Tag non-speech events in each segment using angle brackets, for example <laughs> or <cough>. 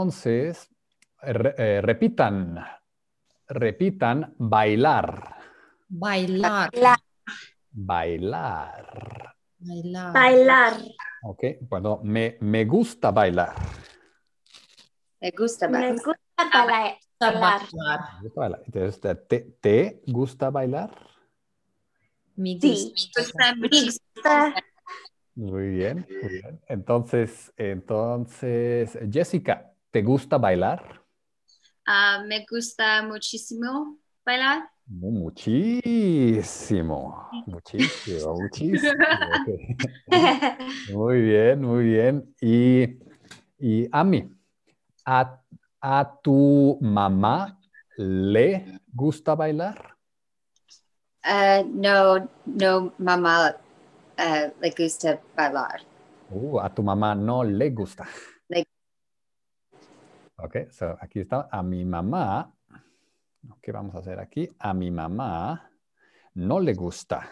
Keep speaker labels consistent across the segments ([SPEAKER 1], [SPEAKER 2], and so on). [SPEAKER 1] Entonces, re- eh, repitan, repitan, bailar,
[SPEAKER 2] Bailar.
[SPEAKER 3] Bailar.
[SPEAKER 1] bailar.
[SPEAKER 2] Bailar.
[SPEAKER 3] Bailar.
[SPEAKER 1] Ok, bueno, me, me gusta bailar.
[SPEAKER 4] Me gusta
[SPEAKER 3] Me
[SPEAKER 4] bailar.
[SPEAKER 3] gusta bailar. bailar.
[SPEAKER 1] Me gusta bailar.
[SPEAKER 2] Bailar.
[SPEAKER 1] Entonces, te- ¿te, te gusta bailar?
[SPEAKER 2] Me
[SPEAKER 3] Sí.
[SPEAKER 2] gusta.
[SPEAKER 4] Me gusta.
[SPEAKER 3] <laughs>
[SPEAKER 1] Muy bien, muy bien. Entonces, entonces, Jessica, ¿te gusta bailar?
[SPEAKER 4] Ah, me gusta muchísimo bailar.
[SPEAKER 1] Mu- Muchísimo, muchísimo, muchísimo. Ok. Muy bien, muy bien. Y, y Ami, ¿a, a tu mamá le gusta bailar?
[SPEAKER 4] Ah, no, no, mamá ah, le gusta bailar.
[SPEAKER 1] Uh, a tu mamá no le gusta.
[SPEAKER 4] Le-
[SPEAKER 1] Ok, so aquí está. A mi mamá, ¿qué vamos a hacer aquí? A mi mamá no le gusta.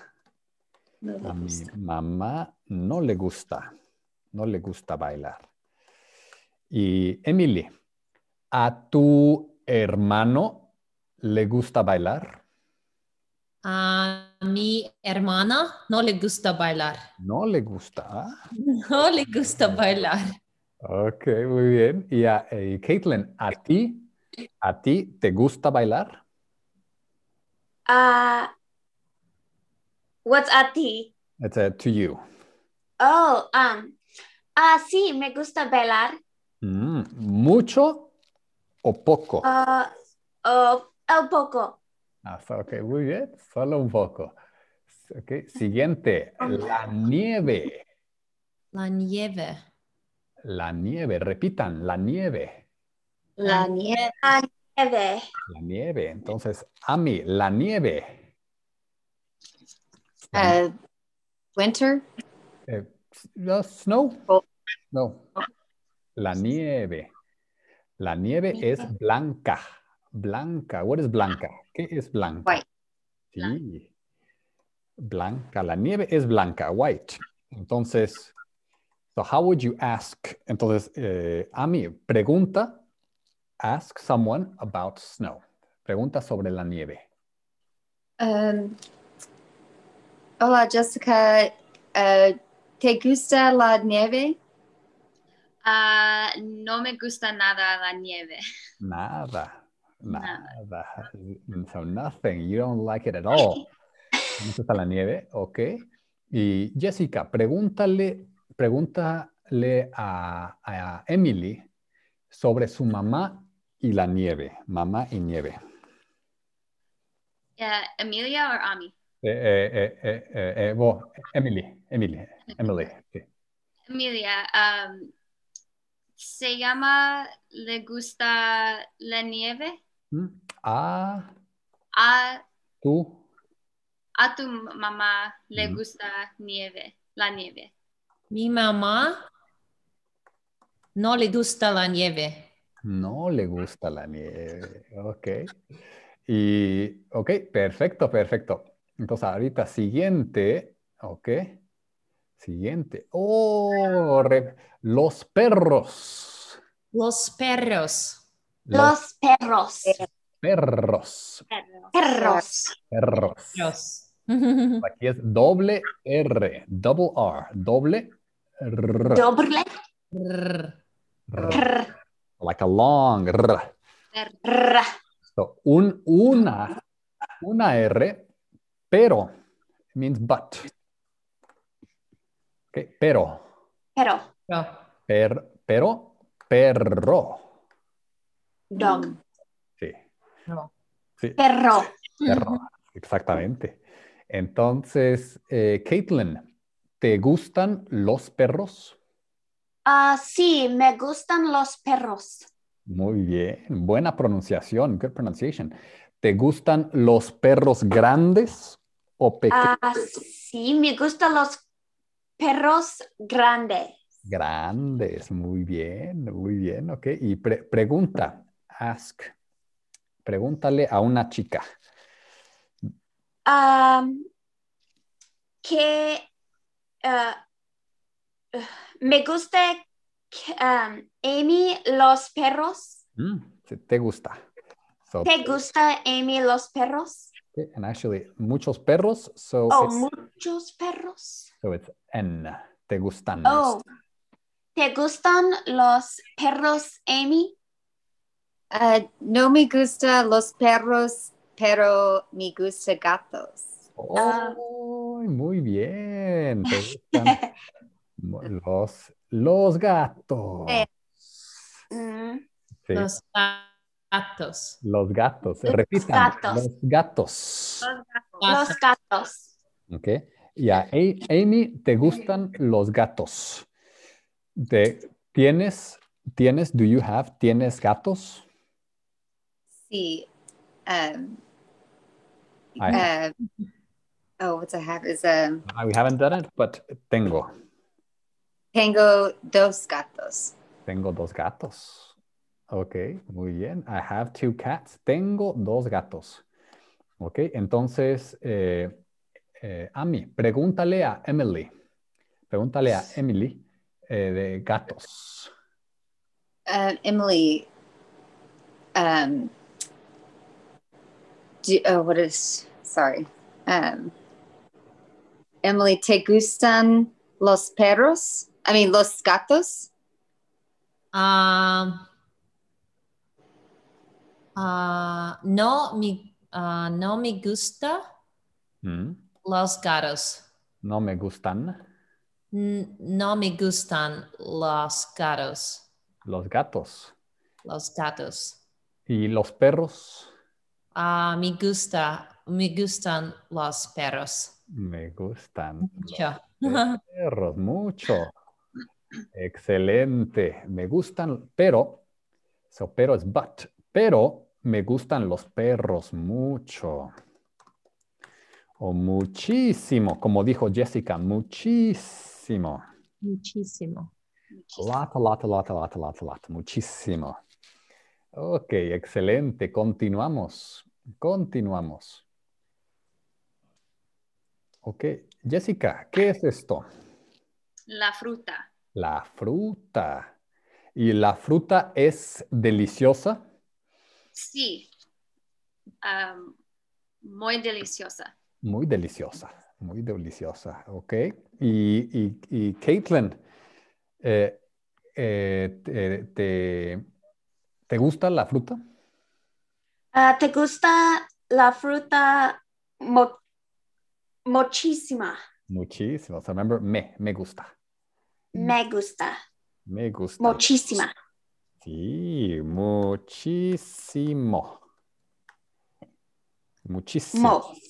[SPEAKER 4] No le
[SPEAKER 1] A mi
[SPEAKER 4] gusta.
[SPEAKER 1] mamá no le gusta. No le gusta bailar. Y Emily, ¿a tu hermano le gusta bailar?
[SPEAKER 2] A mi hermana no le gusta bailar. <laughs>
[SPEAKER 1] No le gusta. ah.
[SPEAKER 2] No le gusta bailar.
[SPEAKER 1] Ok, muy bien. Y, a, y Caitlin, ¿a ti, ¿a ti te gusta bailar?
[SPEAKER 3] Uh, what's a ti?
[SPEAKER 1] It's a to you.
[SPEAKER 3] Oh, um. Ah, sí, me gusta bailar.
[SPEAKER 1] Mm, ¿Mucho o poco?
[SPEAKER 3] Ah, oh, un poco.
[SPEAKER 1] Ah, so- ok, muy bien. Solo un poco. Ok, siguiente. La nieve.
[SPEAKER 2] La nieve.
[SPEAKER 1] La nieve. Repitan, la nieve.
[SPEAKER 4] La nieve.
[SPEAKER 3] Nieve.
[SPEAKER 1] La nieve. Entonces, Ami, la nieve. La-
[SPEAKER 4] ah, winter.
[SPEAKER 1] eh, s- no, snow.
[SPEAKER 4] Oh.
[SPEAKER 1] No. La nieve. La nieve es blanca. Blanca. What is blanca? ¿Qué es blanca?
[SPEAKER 4] White.
[SPEAKER 1] Sí. Blanca. La nieve es blanca, white. Entonces, so how would you ask? Entonces, eh, Ami, pregunta, ask someone about snow. Pregunta sobre la nieve.
[SPEAKER 4] Um, hola, Jessica. Ah, ¿Te gusta la nieve?
[SPEAKER 5] Ah, no me gusta nada la nieve.
[SPEAKER 1] Nada.
[SPEAKER 5] Nada.
[SPEAKER 1] Nada. So nothing. You don't like it at all. ¿No te gusta la nieve? Ok. Y Jessica, pregúntale, pregúntale a, a Emily sobre su mamá y la nieve. Mamá y nieve.
[SPEAKER 5] Eh, ¿Emilia o Ami?
[SPEAKER 1] Eh, eh, eh, eh, eh, eh, vos, Emily, Emily, Emily. sí.
[SPEAKER 5] Emilia, um, ¿se llama le gusta la nieve?
[SPEAKER 1] ¿Mm? A
[SPEAKER 5] A,
[SPEAKER 1] tu
[SPEAKER 5] a tu mamá le
[SPEAKER 1] Ujú.
[SPEAKER 5] gusta nieve, la nieve.
[SPEAKER 2] Mi mamá no le gusta la nieve.
[SPEAKER 1] No le gusta la nieve. Ok. Y, ok, perfecto, perfecto. Entonces, ahorita siguiente, ok. Siguiente. Oh, re- los perros.
[SPEAKER 2] Los perros.
[SPEAKER 1] Los
[SPEAKER 3] Los perros.
[SPEAKER 1] perros.
[SPEAKER 3] Perros.
[SPEAKER 1] Perros.
[SPEAKER 2] Perros. <laughs>
[SPEAKER 1] Aquí es doble R, double R, doble R.
[SPEAKER 3] Doble
[SPEAKER 2] Rrr.
[SPEAKER 1] R,
[SPEAKER 3] r.
[SPEAKER 1] Like a long R.
[SPEAKER 3] r.
[SPEAKER 1] So, un, una, una R, pero means but. Okay, pero,
[SPEAKER 3] Pero.
[SPEAKER 1] per, pero, perro.
[SPEAKER 3] Dog.
[SPEAKER 1] Sí,
[SPEAKER 2] No.
[SPEAKER 1] sí,
[SPEAKER 3] Perro.
[SPEAKER 1] perro, exactamente. Entonces, eh, Caitlin, ¿te gustan los perros?
[SPEAKER 3] Ah, sí, me gustan los perros.
[SPEAKER 1] Muy bien, buena pronunciación, good pronunciation. ¿Te gustan los perros grandes o pequeños?
[SPEAKER 3] Ah, sí, me gustan los perros grandes.
[SPEAKER 1] Grandes, muy bien, muy bien, ok. Y pre- pregunta, ask, pregúntale a una chica.
[SPEAKER 3] Um, que ah, me uh, gusta c- um, Amy los perros?
[SPEAKER 1] Mm, si te gusta. So,
[SPEAKER 3] ¿Te gusta Amy los perros?
[SPEAKER 1] okay, and actually, muchos perros, so,
[SPEAKER 3] Oh,
[SPEAKER 1] it's,
[SPEAKER 3] muchos perros.
[SPEAKER 1] so it's N. Te gustan.
[SPEAKER 3] Oh, ¿te gustan los perros, Amy?
[SPEAKER 4] Uh, no me gusta los perros, pero me gusta gatos.
[SPEAKER 3] ah.
[SPEAKER 1] Oh, muy bien. Te
[SPEAKER 3] <laughs>
[SPEAKER 1] gustan mo- los, los gatos.
[SPEAKER 4] Eh.
[SPEAKER 3] Mm,
[SPEAKER 1] Sí, los,
[SPEAKER 2] Los gatos.
[SPEAKER 1] gatos.
[SPEAKER 3] Los
[SPEAKER 1] Repitan,
[SPEAKER 3] gatos.
[SPEAKER 1] los gatos.
[SPEAKER 3] los gatos.
[SPEAKER 1] Ok. Y a A- Amy te gustan los gatos. Te- ¿Tienes, tienes, do you have, tienes gatos?
[SPEAKER 4] See, um,
[SPEAKER 1] I-
[SPEAKER 4] uh, oh, what I have is um,
[SPEAKER 1] I- we haven't done it, but tengo.
[SPEAKER 4] tengo dos gatos.
[SPEAKER 1] Tengo dos gatos. Ok, muy bien. I have two cats. Tengo dos gatos. Ok, entonces, eh, eh, Ami, pregúntale a Emily. Pregúntale a Emily eh, de gatos.
[SPEAKER 4] Uh, Emily, um, do, oh, what is, sorry. Um, Emily, ¿te gustan los perros? I mean, los gatos?
[SPEAKER 2] Ah, ah, no, me, ah, no me gusta
[SPEAKER 1] Mm,
[SPEAKER 2] los gatos.
[SPEAKER 1] No me gustan
[SPEAKER 2] N- No me gustan los gatos.
[SPEAKER 1] los gatos.
[SPEAKER 2] Los gatos.
[SPEAKER 1] ¿Y los perros?
[SPEAKER 2] Ah, me gusta, me gustan los perros.
[SPEAKER 1] Me gustan los
[SPEAKER 2] Mucho.
[SPEAKER 1] perros mucho. Excelente. Me gustan, pero, so pero es but, pero me gustan los perros mucho. O muchísimo, como dijo Jessica, muchísimo.
[SPEAKER 2] Muchísimo. <laughs>
[SPEAKER 1] Lot, lot, lot, lot, lot, lot. Muchísimo. Ok, excelente. Continuamos. Continuamos. Ok, Jessica, ¿qué es esto?
[SPEAKER 5] La fruta.
[SPEAKER 1] La fruta. ¿Y la fruta es deliciosa?
[SPEAKER 5] Sí. Um, muy deliciosa.
[SPEAKER 1] Muy deliciosa, muy deliciosa, ¿ok? Y, y, y Caitlin, eh, eh, te- te- ¿te gusta la fruta?
[SPEAKER 3] Ah, ¿Te gusta la fruta mo- muchísima?
[SPEAKER 1] Muchísimo. So remember, me, me gusta.
[SPEAKER 3] Me gusta.
[SPEAKER 1] Me gusta.
[SPEAKER 3] Muchísima.
[SPEAKER 1] Sí, muchísimo. Muchísimo.
[SPEAKER 3] Mo. O
[SPEAKER 1] Sí.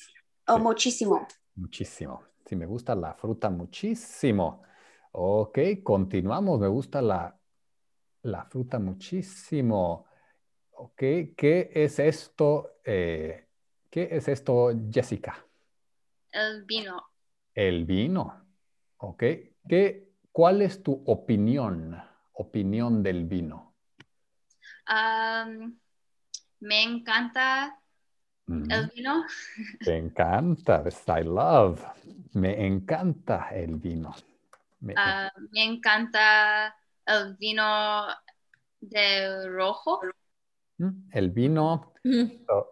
[SPEAKER 3] Oh, muchísimo.
[SPEAKER 1] Muchísimo. Sí, me gusta la fruta muchísimo. Ok, continuamos. Me gusta la, la fruta muchísimo. Ok, ¿qué es esto? eh, ¿qué es esto, Jessica?
[SPEAKER 5] El vino.
[SPEAKER 1] El vino. Ok, ¿qué, cuál es tu opinión? Opinión del vino.
[SPEAKER 5] Um, me encanta
[SPEAKER 1] Mm.
[SPEAKER 5] el vino.
[SPEAKER 1] Te encanta, this I love. Me encanta el vino. Me-
[SPEAKER 5] Ah, me encanta el vino de rojo.
[SPEAKER 1] Mm, el vino tinto.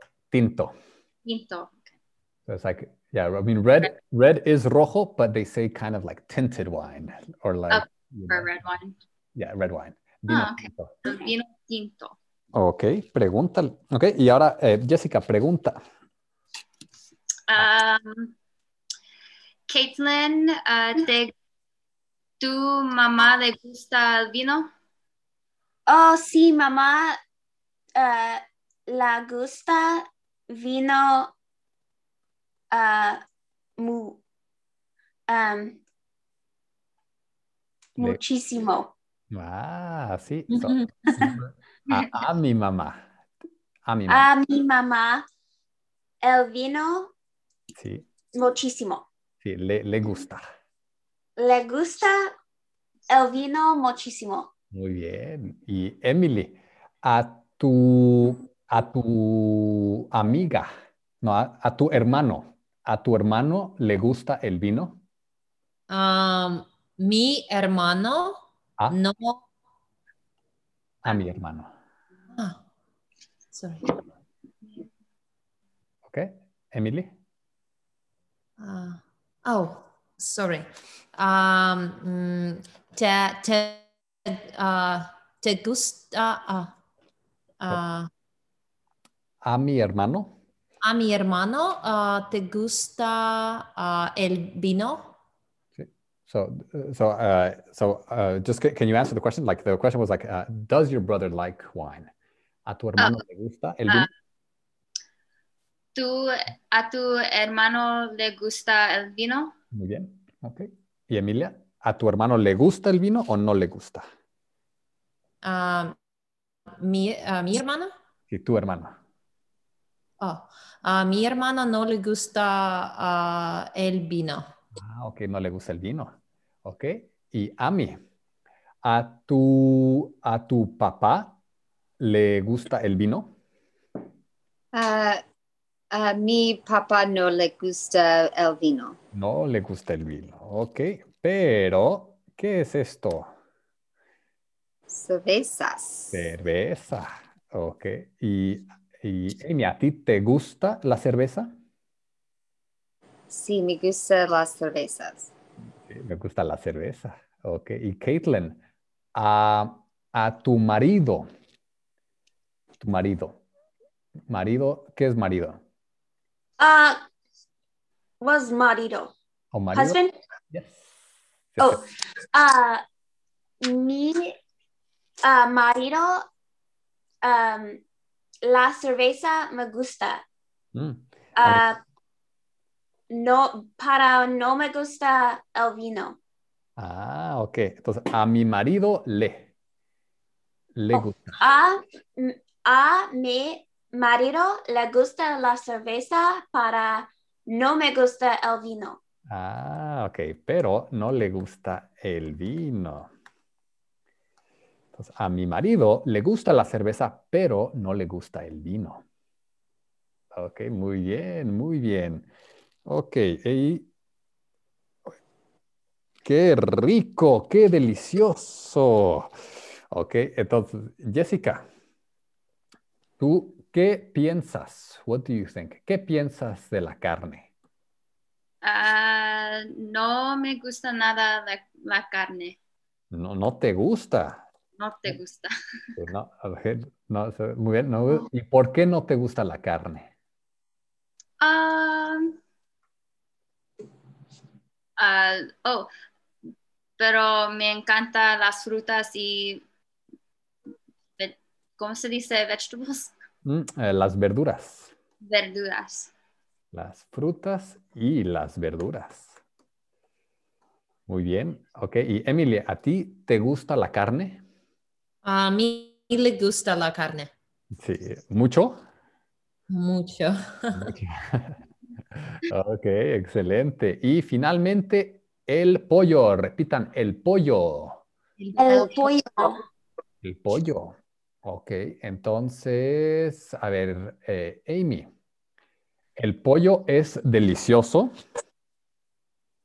[SPEAKER 5] Tinto.
[SPEAKER 1] So it's like, yeah, I mean, red red is rojo, but they say kind of like tinted wine or like, you
[SPEAKER 5] for
[SPEAKER 1] know,
[SPEAKER 5] red wine.
[SPEAKER 1] yeah, red wine. Vino
[SPEAKER 5] Ah, okay.
[SPEAKER 1] tinto.
[SPEAKER 5] El vino tinto.
[SPEAKER 1] Ok, pregúntale. Ok, y ahora eh, Jessica, pregunta.
[SPEAKER 5] Um, Caitlin, ah, ¿te- ¿tu mamá le gusta el vino?
[SPEAKER 3] Oh, sí, mamá. ah, la gusta vino ah, mu- em, am, muchísimo.
[SPEAKER 1] Ah, sí. so- a, a mi mamá. A
[SPEAKER 5] <laughs>
[SPEAKER 1] mi
[SPEAKER 5] Ah.
[SPEAKER 1] mamá,
[SPEAKER 3] A mi mamá, el vino
[SPEAKER 1] sí.
[SPEAKER 3] muchísimo.
[SPEAKER 1] Sí, le, le gusta.
[SPEAKER 3] Le gusta el vino muchísimo.
[SPEAKER 1] Muy bien. Y Emily, a tu, a tu amiga, no, a, a tu hermano, ¿a tu hermano le gusta el vino?
[SPEAKER 2] Um, mi Ah, hermano
[SPEAKER 1] Ah.
[SPEAKER 2] no
[SPEAKER 1] a mi hermano.
[SPEAKER 2] Ah, sorry.
[SPEAKER 1] ¿Ok? Emily.
[SPEAKER 2] Ah, oh, sorry. Um, mm, te, te, ah, te gusta ah, ah,
[SPEAKER 1] A mi hermano.
[SPEAKER 2] a mi hermano, ah, te gusta ah, el vino?
[SPEAKER 1] So, uh, so, uh, so, uh, just ca- can you answer the question? Like the question was like, uh, does your brother like wine? ¿A tu hermano le gusta el vino?
[SPEAKER 5] ¿Tú, ¿A tu hermano le gusta el vino?
[SPEAKER 1] Muy bien. Ok. Y Emilia, ¿a tu hermano le gusta el vino o no le gusta?
[SPEAKER 2] Ah, mi, a mi hermano?
[SPEAKER 1] Si tu hermano.
[SPEAKER 2] Oh, a mi hermano no le gusta ah, el vino.
[SPEAKER 1] Ah, ok, no le gusta el vino. Ok. Y a mí, ¿a tu, a tu papá le gusta el vino?
[SPEAKER 4] Uh, a mi papá no le gusta el vino.
[SPEAKER 1] No le gusta el vino. Ok. Pero, ¿qué es esto?
[SPEAKER 4] Cervezas.
[SPEAKER 1] Cerveza. Ok. Y, y Amy, ¿a ti te gusta la cerveza?
[SPEAKER 4] Sí, me gusta las cervezas.
[SPEAKER 1] Sí, me gusta la cerveza. Ok. Y Caitlin, a, a tu marido. Tu marido. Marido, ¿qué es marido?
[SPEAKER 3] Uh, was marido.
[SPEAKER 1] ¿O marido?
[SPEAKER 3] Husband?
[SPEAKER 1] Yes.
[SPEAKER 3] Oh, uh, mi uh, marido, um, la cerveza me gusta.
[SPEAKER 1] Mm,
[SPEAKER 3] Uh, no, para no me gusta el vino.
[SPEAKER 1] Ah, ok. Entonces, a mi marido le. Le
[SPEAKER 3] Oh.
[SPEAKER 1] gusta.
[SPEAKER 3] A, m- a mi marido le gusta la cerveza para no me gusta el vino.
[SPEAKER 1] Ah, ok. Pero no le gusta el vino. Entonces, a mi marido le gusta la cerveza, pero no le gusta el vino. Ok, muy bien, muy bien. Ok, y... ¡Qué rico! ¡Qué delicioso! Ok, entonces, Jessica, ¿tú qué piensas? What do you think? ¿Qué piensas de la carne?
[SPEAKER 5] Ah, no me gusta nada la, la carne.
[SPEAKER 1] No, no te gusta.
[SPEAKER 5] No te gusta.
[SPEAKER 1] Pues No, a ver, no, se- muy bien, no, ¿Y por qué no te gusta la carne?
[SPEAKER 5] Um, ah, oh, pero me encantan las frutas y, ve- ¿cómo se dice? Vegetables, <laughs>
[SPEAKER 1] Mm, eh, las verduras,
[SPEAKER 5] verduras.
[SPEAKER 1] las frutas y las verduras. Muy bien, ok. Y Emily, ¿a ti te gusta la carne?
[SPEAKER 2] A mí le gusta la carne.
[SPEAKER 1] Sí, mucho. <laughs>
[SPEAKER 2] Mucho.
[SPEAKER 1] Ok, excelente. Y finalmente, el pollo. Repitan, el pollo.
[SPEAKER 4] El pollo.
[SPEAKER 1] El pollo. Ok, entonces, a ver, eh, Amy, ¿el pollo es delicioso?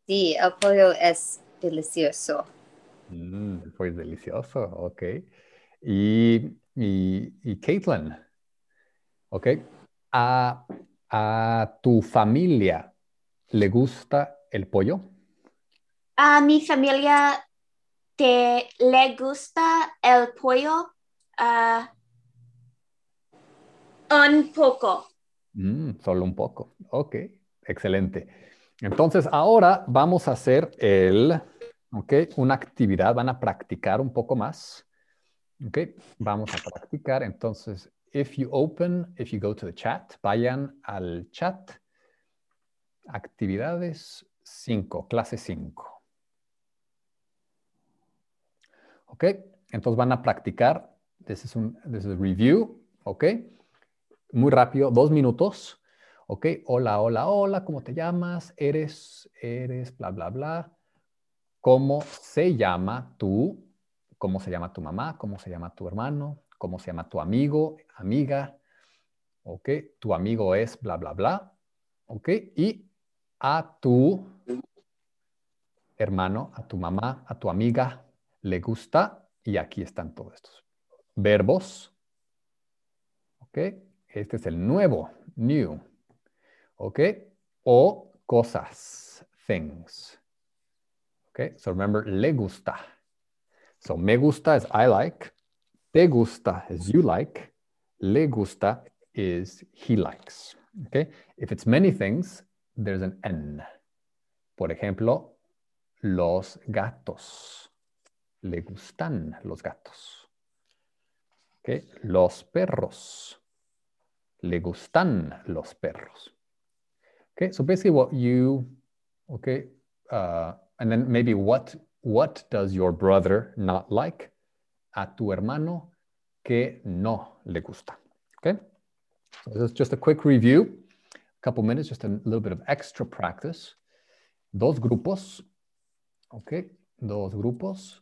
[SPEAKER 4] Sí, el pollo es delicioso.
[SPEAKER 1] Mm, el pollo es delicioso, ok. Y, y, y Caitlin, ok, ¿a, a tu familia le gusta el pollo?
[SPEAKER 3] A mi familia te le gusta el pollo ah, un poco.
[SPEAKER 1] Mm, solo un poco. Ok, excelente. Entonces, ahora vamos a hacer el, ok, una actividad, van a practicar un poco más. Ok, vamos a practicar. Entonces, if you open, if you go to the chat, vayan al chat. Actividades 5, clase 5. Ok, entonces van a practicar. This is, un, this is a review. Ok muy rápido, dos minutos. Ok, hola, hola, hola, ¿cómo te llamas? Eres, eres, bla, bla, bla. ¿Cómo se llama tú? ¿Cómo se llama tu mamá? ¿Cómo se llama tu hermano? ¿Cómo se llama tu amigo, amiga? Ok, tu amigo es, bla, bla, bla. Ok, y a tu hermano, a tu mamá, a tu amiga le gusta. Y aquí están todos estos. verbos. ¿Ok? Este es el nuevo, new. ¿Ok? O cosas, things. ¿Ok? So remember, le gusta. So me gusta is I like. Te gusta is you like. Le gusta is he likes. Okay? If it's many things, there's an N. Por ejemplo, los gatos. Le gustan los gatos. Okay? Los perros. Le gustan los perros. Okay, so basically what you, okay, uh, and then maybe what what does your brother not like? A tu hermano que no le gusta. Okay? So this is just a quick review, a couple minutes, just a little bit of extra practice. Dos grupos. Okay, dos grupos.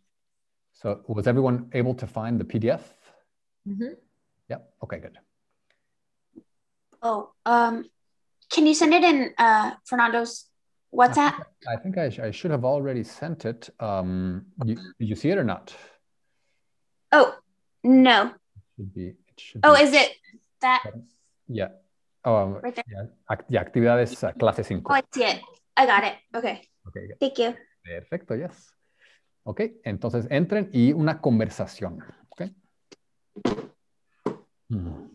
[SPEAKER 1] So was everyone able to find the PDF?
[SPEAKER 2] Mhm.
[SPEAKER 1] Yeah. Okay, good.
[SPEAKER 3] Oh, um, can you send it in uh, Fernando's WhatsApp?
[SPEAKER 1] I think I, sh- I should have already sent it. Um, you, did you see it or not?
[SPEAKER 3] Oh, no.
[SPEAKER 1] Should be. It should
[SPEAKER 3] Oh,
[SPEAKER 1] be-
[SPEAKER 3] is it that?
[SPEAKER 1] Yeah. Oh,
[SPEAKER 3] Right there.
[SPEAKER 1] yeah. Ac- yeah, actividades uh, clase 5.
[SPEAKER 3] Oh, I see it. I got it. Okay.
[SPEAKER 1] Okay, good.
[SPEAKER 3] Thank you.
[SPEAKER 1] perfecto, yes. Ok, entonces entren y una conversación. Ok. Mm.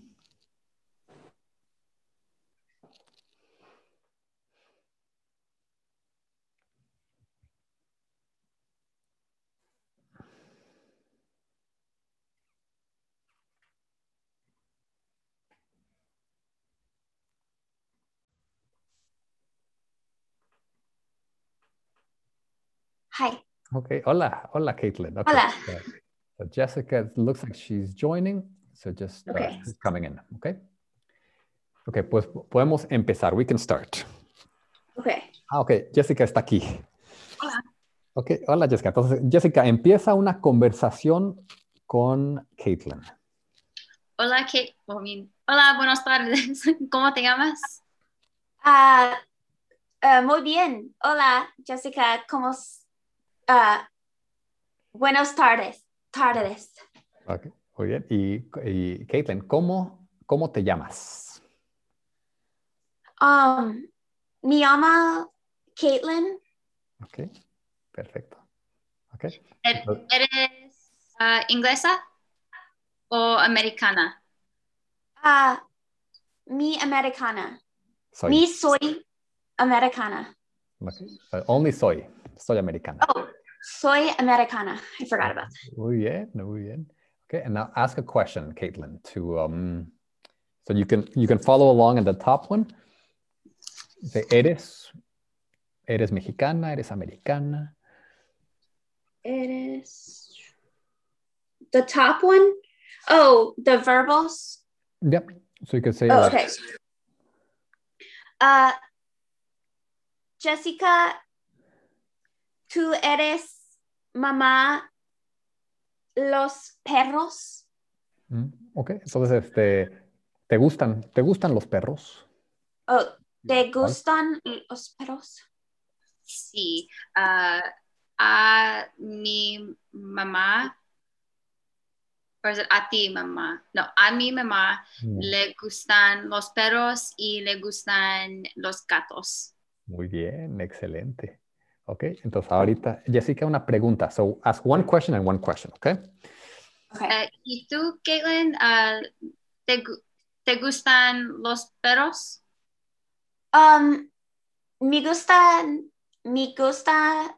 [SPEAKER 3] Hi.
[SPEAKER 1] Okay, hola, hola, Caitlin. Okay.
[SPEAKER 3] Hola.
[SPEAKER 1] So, so Jessica it looks like she's joining, so just uh,
[SPEAKER 3] Okay.
[SPEAKER 1] just coming in, okay? Okay, pues podemos empezar. We can start.
[SPEAKER 3] Okay.
[SPEAKER 1] Ah, ok, Jessica está aquí. Hola. Ok, hola Jessica. Entonces, Jessica, empieza una conversación con Caitlin.
[SPEAKER 5] Hola, Kate. I mean, hola, buenas tardes. <laughs> ¿Cómo te llamas?
[SPEAKER 3] Ah, ah, muy bien. Hola, Jessica. ¿Cómo? s- ah, buenas tardes. Tardes.
[SPEAKER 1] Ok, muy bien. Y, y Caitlin, ¿cómo, ¿cómo te llamas?
[SPEAKER 3] Um, me llamo Caitlin.
[SPEAKER 1] Ok, perfecto. Ok,
[SPEAKER 5] Er- ¿Eres ah, inglesa o americana?
[SPEAKER 3] Ah, mi americana.
[SPEAKER 1] soy.
[SPEAKER 3] Me soy americana.
[SPEAKER 1] Ok, so Only soy. Soy americana.
[SPEAKER 3] Oh, soy americana. I forgot about that.
[SPEAKER 1] Muy bien, muy bien. Okay, and now ask a question, Caitlin, to um, so you can you can follow along in the top one. Say eres, eres mexicana, eres americana.
[SPEAKER 3] It is the top one. Oh, the verbals.
[SPEAKER 1] Yep. So you could say
[SPEAKER 3] Oh,
[SPEAKER 1] like,
[SPEAKER 3] okay. Uh, Jessica, tú eres mamá los perros.
[SPEAKER 1] mm, okay. Entonces, este, te gustan, te gustan los perros.
[SPEAKER 3] Oh, ¿te gustan los perros?
[SPEAKER 5] Sí. ah, a mi mamá, or is it a ti mamá? No, a mi mamá
[SPEAKER 1] Mm,
[SPEAKER 5] le gustan los perros y le gustan los gatos.
[SPEAKER 1] Muy bien, excelente. Okay. Entonces ahorita, Jessica, una pregunta. So ask one question and one question, okay?
[SPEAKER 3] Okay.
[SPEAKER 5] Eh, ¿Y tú, Caitlin, ah, te, gu- te gustan los perros?
[SPEAKER 3] Um, me gustan, me gustan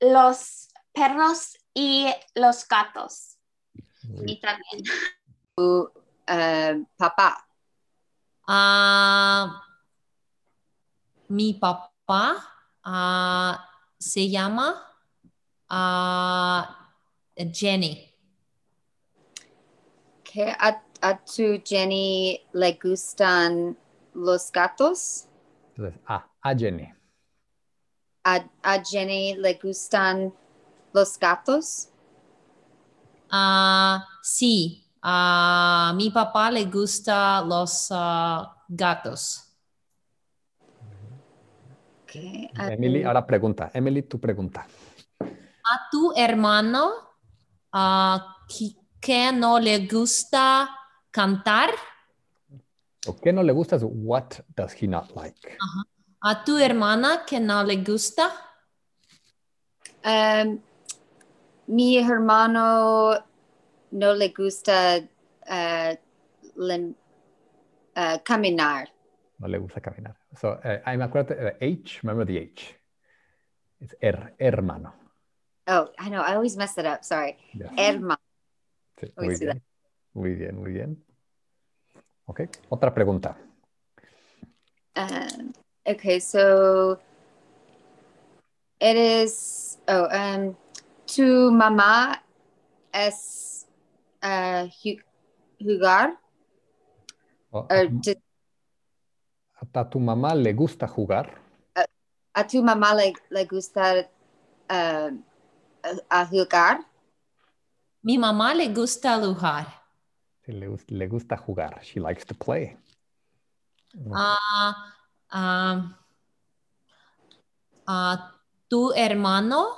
[SPEAKER 3] los perros y los gatos.
[SPEAKER 1] Muy
[SPEAKER 5] Y también.
[SPEAKER 4] Ooh, uh, papa.
[SPEAKER 2] Ah, mi papá ah, se llama ah, Jenny.
[SPEAKER 4] Que a, a tu Jenny le gustan los gatos.
[SPEAKER 1] Entonces, a, a Jenny.
[SPEAKER 4] A, a Jenny le gustan los gatos.
[SPEAKER 2] Ah, sí, a mi papá le gusta los ah, gatos.
[SPEAKER 4] Que a-
[SPEAKER 1] Emily, ahora pregunta. Emily, tu pregunta.
[SPEAKER 2] A tu hermano, ah, qui- que no le gusta cantar?
[SPEAKER 1] ¿O qué no le gusta? Es what does he not like?
[SPEAKER 2] ¿A tu hermana que no le gusta?
[SPEAKER 4] Um, mi hermano no le gusta uh, lim- uh, caminar.
[SPEAKER 1] No le gusta caminar. So, eh, ahí me acuerdo, eh, H, remember the H. It's her, hermano.
[SPEAKER 4] Oh, I know. I always mess it up. Sorry.
[SPEAKER 1] Yeah.
[SPEAKER 4] Herma.
[SPEAKER 1] Sí,
[SPEAKER 4] Uy,
[SPEAKER 1] muy
[SPEAKER 4] sí,
[SPEAKER 1] bien. Muy bien, muy bien. Ok, otra pregunta.
[SPEAKER 4] Um, okay, so it is. Oh, um, tu mamá es uh, ju- jugar
[SPEAKER 1] O-
[SPEAKER 4] or to,
[SPEAKER 1] ¿A tu mamá le gusta jugar?
[SPEAKER 4] a tu mamá uh, le, le gusta um, a jugar.
[SPEAKER 2] Mi mamá le gusta lujar.
[SPEAKER 1] Sí, le, gus- le gusta jugar. She likes to play. No,
[SPEAKER 2] Ah, ah, ah, ¿Tu hermano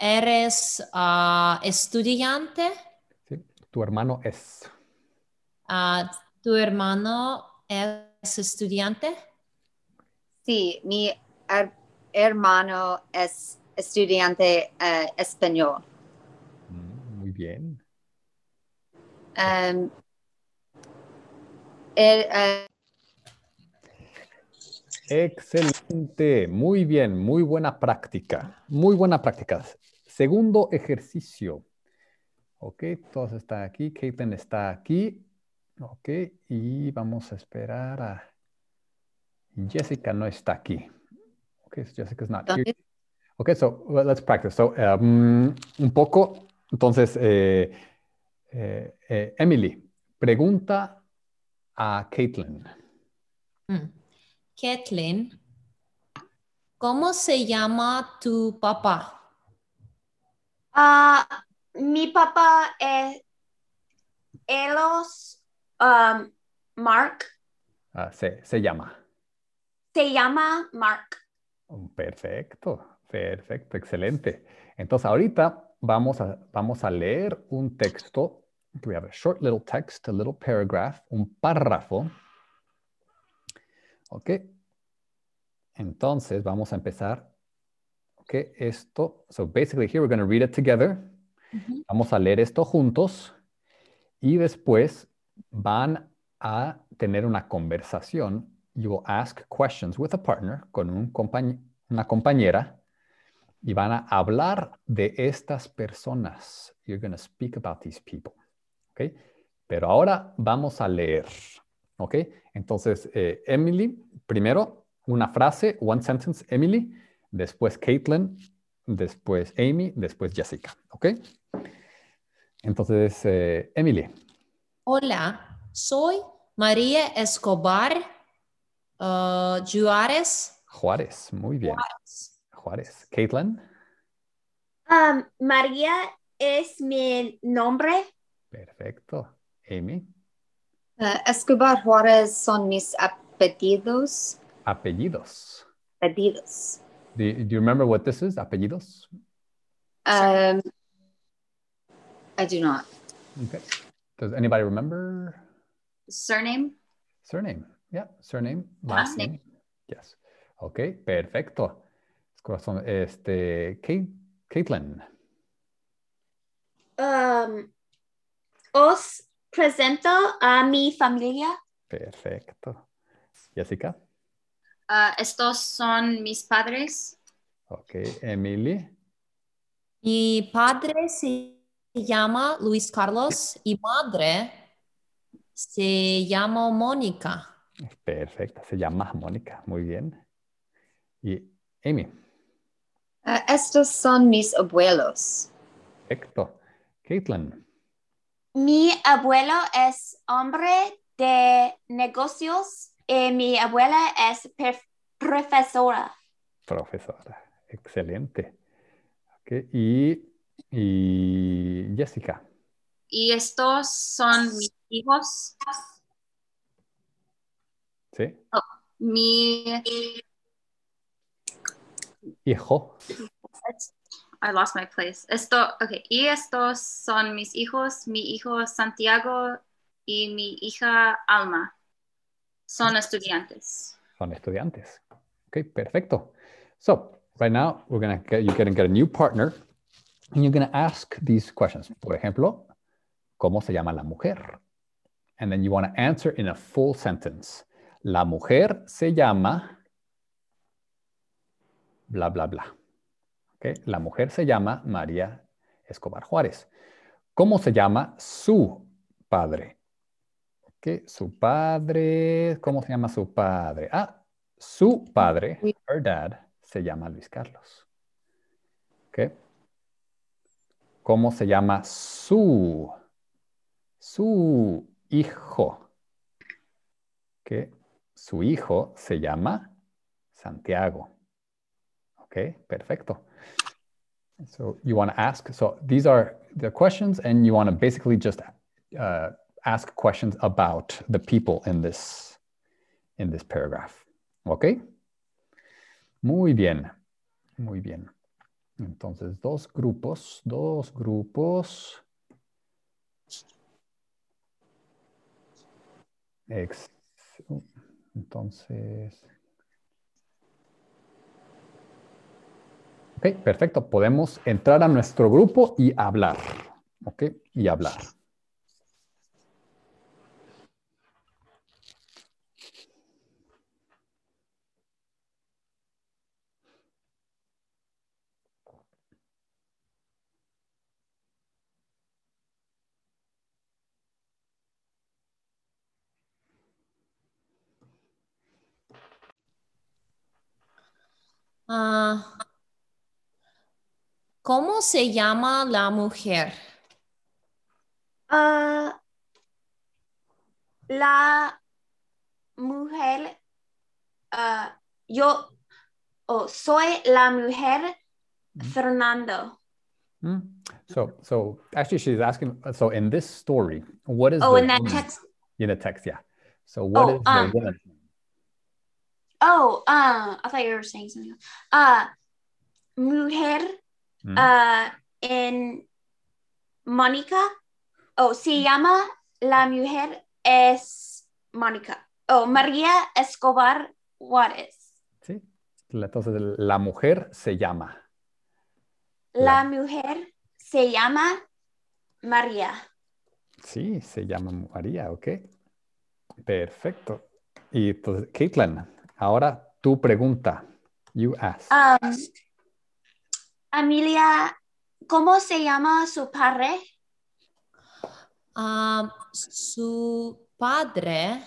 [SPEAKER 2] eres ah, estudiante?
[SPEAKER 1] Tu hermano es.
[SPEAKER 2] Ah, ¿Tu hermano es estudiante?
[SPEAKER 4] Sí, mi her- hermano es estudiante uh, español.
[SPEAKER 1] Mm, Muy bien.
[SPEAKER 4] Um, él, eh,
[SPEAKER 1] Excelente. Muy bien. Muy buena práctica. Muy buena práctica. Segundo ejercicio. Ok, todos están aquí. Caitlin está aquí. Ok, y vamos a esperar a. Jessica no está aquí. Ok, so Jessica's not here.
[SPEAKER 4] ¿dónde-
[SPEAKER 1] Okay, so well, let's practice. So, um, un poco, entonces, eh, eh, eh, Emily, pregunta a Caitlin.
[SPEAKER 2] Mm. Kathleen, ¿cómo se llama tu papá?
[SPEAKER 3] Ah, mi papá es Elos um, Mark.
[SPEAKER 1] Ah, se, se llama.
[SPEAKER 3] Se llama Mark.
[SPEAKER 1] Perfecto, perfecto, excelente. Entonces, ahorita vamos a, vamos a leer un texto. We have a short little text, a little paragraph, un párrafo. Ok. Entonces, vamos a empezar. Ok, esto. So, basically, here we're going to read it together.
[SPEAKER 2] Ujú.
[SPEAKER 1] Vamos a leer esto juntos. Y después van a tener una conversación. You will ask questions with a partner, con un compañ- una compañera, y van a hablar de estas personas. You're going to speak about these people. ¿ok? Pero ahora vamos a leer. ¿ok? Entonces, eh, Emily, primero una frase, one sentence, Emily, después Caitlin, después Amy, después Jessica. ¿ok? Entonces, eh, Emily.
[SPEAKER 2] Hola, soy María Escobar ah, Juárez.
[SPEAKER 1] Juárez, muy bien. Juárez. Caitlin,
[SPEAKER 3] Um, María es mi nombre.
[SPEAKER 1] perfecto. Amy,
[SPEAKER 4] eh, Escobar Juárez son mis apellidos.
[SPEAKER 1] apellidos.
[SPEAKER 4] Apellidos.
[SPEAKER 1] Do you, do you remember what this is? Apellidos.
[SPEAKER 4] Um, I do not.
[SPEAKER 1] Okay. Does anybody remember
[SPEAKER 5] Surname?
[SPEAKER 1] surname? Yeah, surname,
[SPEAKER 5] Last
[SPEAKER 1] last
[SPEAKER 5] name.
[SPEAKER 1] name. Yes. Okay, perfecto. Corazón, este, Kate, Caitlin,
[SPEAKER 3] Um, os presento a mi familia.
[SPEAKER 1] perfecto. Jessica,
[SPEAKER 5] Uh, estos son mis padres.
[SPEAKER 1] okay. Emily,
[SPEAKER 2] Mi padre se llama Luis Carlos y madre se llama Mónica.
[SPEAKER 1] perfecto. Se llama Mónica, muy bien. Y Amy,
[SPEAKER 4] Eh, estos son mis abuelos.
[SPEAKER 1] perfecto. Caitlin,
[SPEAKER 3] Mi abuelo es hombre de negocios y mi abuela es per- profesora.
[SPEAKER 1] Profesora, excelente. Ok, Y, y Jessica,
[SPEAKER 5] Y estos son mis hijos.
[SPEAKER 1] ¿sí?
[SPEAKER 5] Mi,
[SPEAKER 1] Hijo,
[SPEAKER 5] I lost my place. Esto, okay. Y estos son mis hijos, mi hijo Santiago y mi hija Alma. Son estudiantes.
[SPEAKER 1] Son estudiantes. Okay, perfecto. So right now we're gonna get, you're gonna get a new partner, and you're gonna ask these questions. Por ejemplo, ¿cómo se llama la mujer? And then you want to answer in a full sentence. La mujer se llama bla bla bla. Okay, La mujer se llama María Escobar Juárez. ¿Cómo se llama su padre? Okay, Su padre, ¿cómo se llama su padre? Ah, su padre, her dad, se llama Luis Carlos. Okay. ¿Cómo se llama su, su hijo? Okay, Su hijo se llama Santiago. Okay, perfecto. So you want to ask, so these are the questions, and you want to basically just uh, ask questions about the people in this in this paragraph. Okay. Muy bien. Muy bien. Entonces, dos grupos, dos grupos. Ex- Entonces. Ok, perfecto. Podemos entrar a nuestro grupo y hablar. Ok, y hablar.
[SPEAKER 2] Ah, ¿Cómo se llama la mujer?
[SPEAKER 3] Ah, la mujer, ah, yo oh, soy la mujer Fernando.
[SPEAKER 1] Hmm. So, so actually, she's asking. So, in this story, what is
[SPEAKER 3] Oh,
[SPEAKER 1] the
[SPEAKER 3] in that
[SPEAKER 1] woman-
[SPEAKER 3] text.
[SPEAKER 1] in the text? Yeah. So, what is
[SPEAKER 3] Oh, um,
[SPEAKER 1] the woman?
[SPEAKER 3] Oh, uh, I thought you were saying something. else. Uh, mujer
[SPEAKER 1] Hmm?
[SPEAKER 3] uh, en Mónica. Oh, se llama la mujer es Mónica. Oh, María Escobar Juárez.
[SPEAKER 1] sí. La- Entonces, la mujer se llama. La-
[SPEAKER 3] La mujer se llama María.
[SPEAKER 1] Sí, se llama María, ok. Perfecto. Y entonces, Caitlin, ahora tu pregunta. You ask.
[SPEAKER 3] Um, Amelia, ¿cómo se llama su padre?
[SPEAKER 2] Ah, su padre.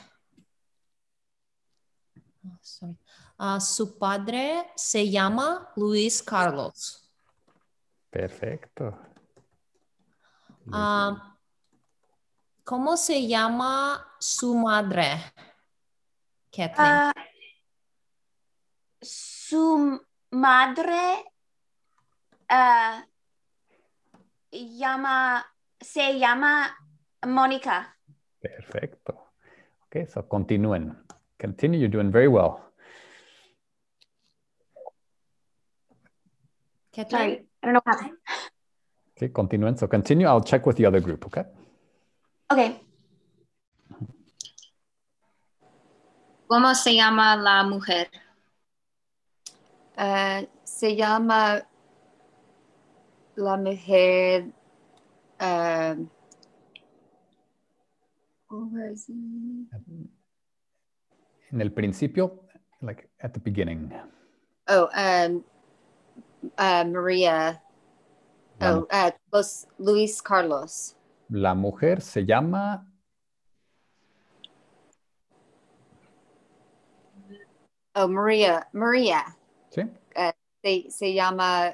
[SPEAKER 2] Ah, sorry. Ah, su padre se llama Luis Carlos.
[SPEAKER 1] Perfecto.
[SPEAKER 3] Um,
[SPEAKER 2] Ah, ¿Cómo se llama su madre? Kathleen.
[SPEAKER 3] Ah, su madre ah, llama, se llama Mónica.
[SPEAKER 1] Perfecto. Ok, so continúen. Continue, you're doing very well.
[SPEAKER 2] Kathleen.
[SPEAKER 3] Sorry, I don't know what happened.
[SPEAKER 1] Okay, continúen. So continue, I'll check with the other group, okay?
[SPEAKER 3] Okay.
[SPEAKER 5] ¿Cómo se llama la mujer?
[SPEAKER 4] Uh, se llama La Mujer. Um, oh, where is it?
[SPEAKER 1] En el principio, like at the beginning.
[SPEAKER 4] Oh, um, uh,
[SPEAKER 1] La,
[SPEAKER 4] Maria. Oh, uh, Los, Luis Carlos.
[SPEAKER 1] la mujer se llama
[SPEAKER 4] Oh, Maria. Maria.
[SPEAKER 1] ¿Sí?
[SPEAKER 4] Se, se llama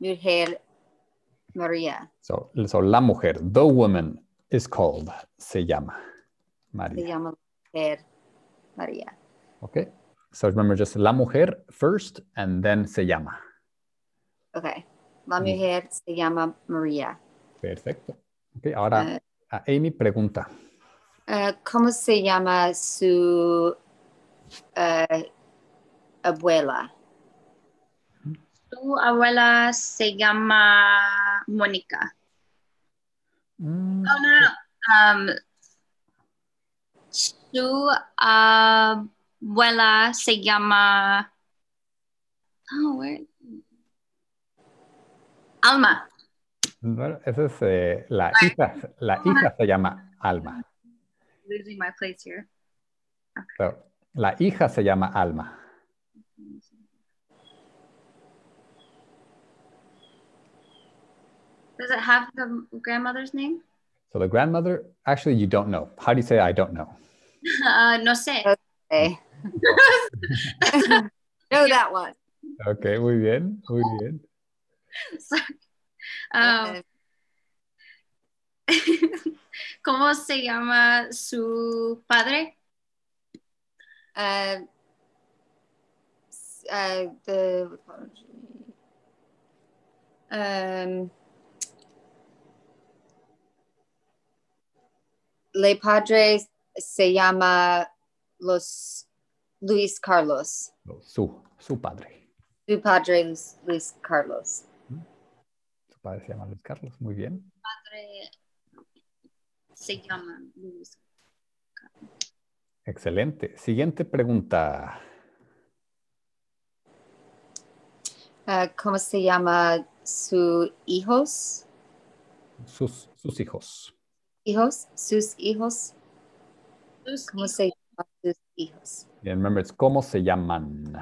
[SPEAKER 4] Mujer Maria.
[SPEAKER 1] So, so la mujer, the woman is called, se llama
[SPEAKER 4] Se
[SPEAKER 1] María.
[SPEAKER 4] llama Mujer Maria.
[SPEAKER 1] Okay. So remember just la mujer first and then se llama.
[SPEAKER 4] Okay. La
[SPEAKER 1] Mm.
[SPEAKER 4] Mujer se llama Maria.
[SPEAKER 1] Perfecto. Okay, ahora
[SPEAKER 4] Eh.
[SPEAKER 1] a Amy pregunta.
[SPEAKER 4] Uh, ¿Cómo se llama eh, su uh, abuela?
[SPEAKER 5] Tu abuela se llama Mónica.
[SPEAKER 1] Mm,
[SPEAKER 5] No, no, no, no. Um, su abuela se llama. Oh, where? Alma.
[SPEAKER 1] bueno, esa es eh, la hija. La hija se llama Alma.
[SPEAKER 5] Losing my place here.
[SPEAKER 1] So, la hija se llama Alma.
[SPEAKER 5] Does it have the grandmother's name?
[SPEAKER 1] So the grandmother, actually, you don't know. How do you say I don't know?
[SPEAKER 5] Uh, no sé.
[SPEAKER 4] <laughs> Okay. no, Eh. that one.
[SPEAKER 1] Okay, muy bien, muy bien.
[SPEAKER 5] Sorry. Um, <laughs> ¿Cómo se llama su padre?
[SPEAKER 4] Uh, s- uh, the um, Le Padres se llama Los Luis Carlos.
[SPEAKER 1] Su, su padre.
[SPEAKER 4] Tu padre Luis, Luis Carlos.
[SPEAKER 1] Su padre se llama Luis Carlos, muy bien.
[SPEAKER 5] Padre se llama Luis.
[SPEAKER 1] Excelente. Siguiente pregunta.
[SPEAKER 4] Uh, ¿Cómo se llama su hijos?
[SPEAKER 1] Sus, sus hijos.
[SPEAKER 4] Hijos, sus hijos.
[SPEAKER 5] Sus
[SPEAKER 4] ¿Cómo se llama sus hijos?
[SPEAKER 1] Bien, remember, it's cómo se llaman.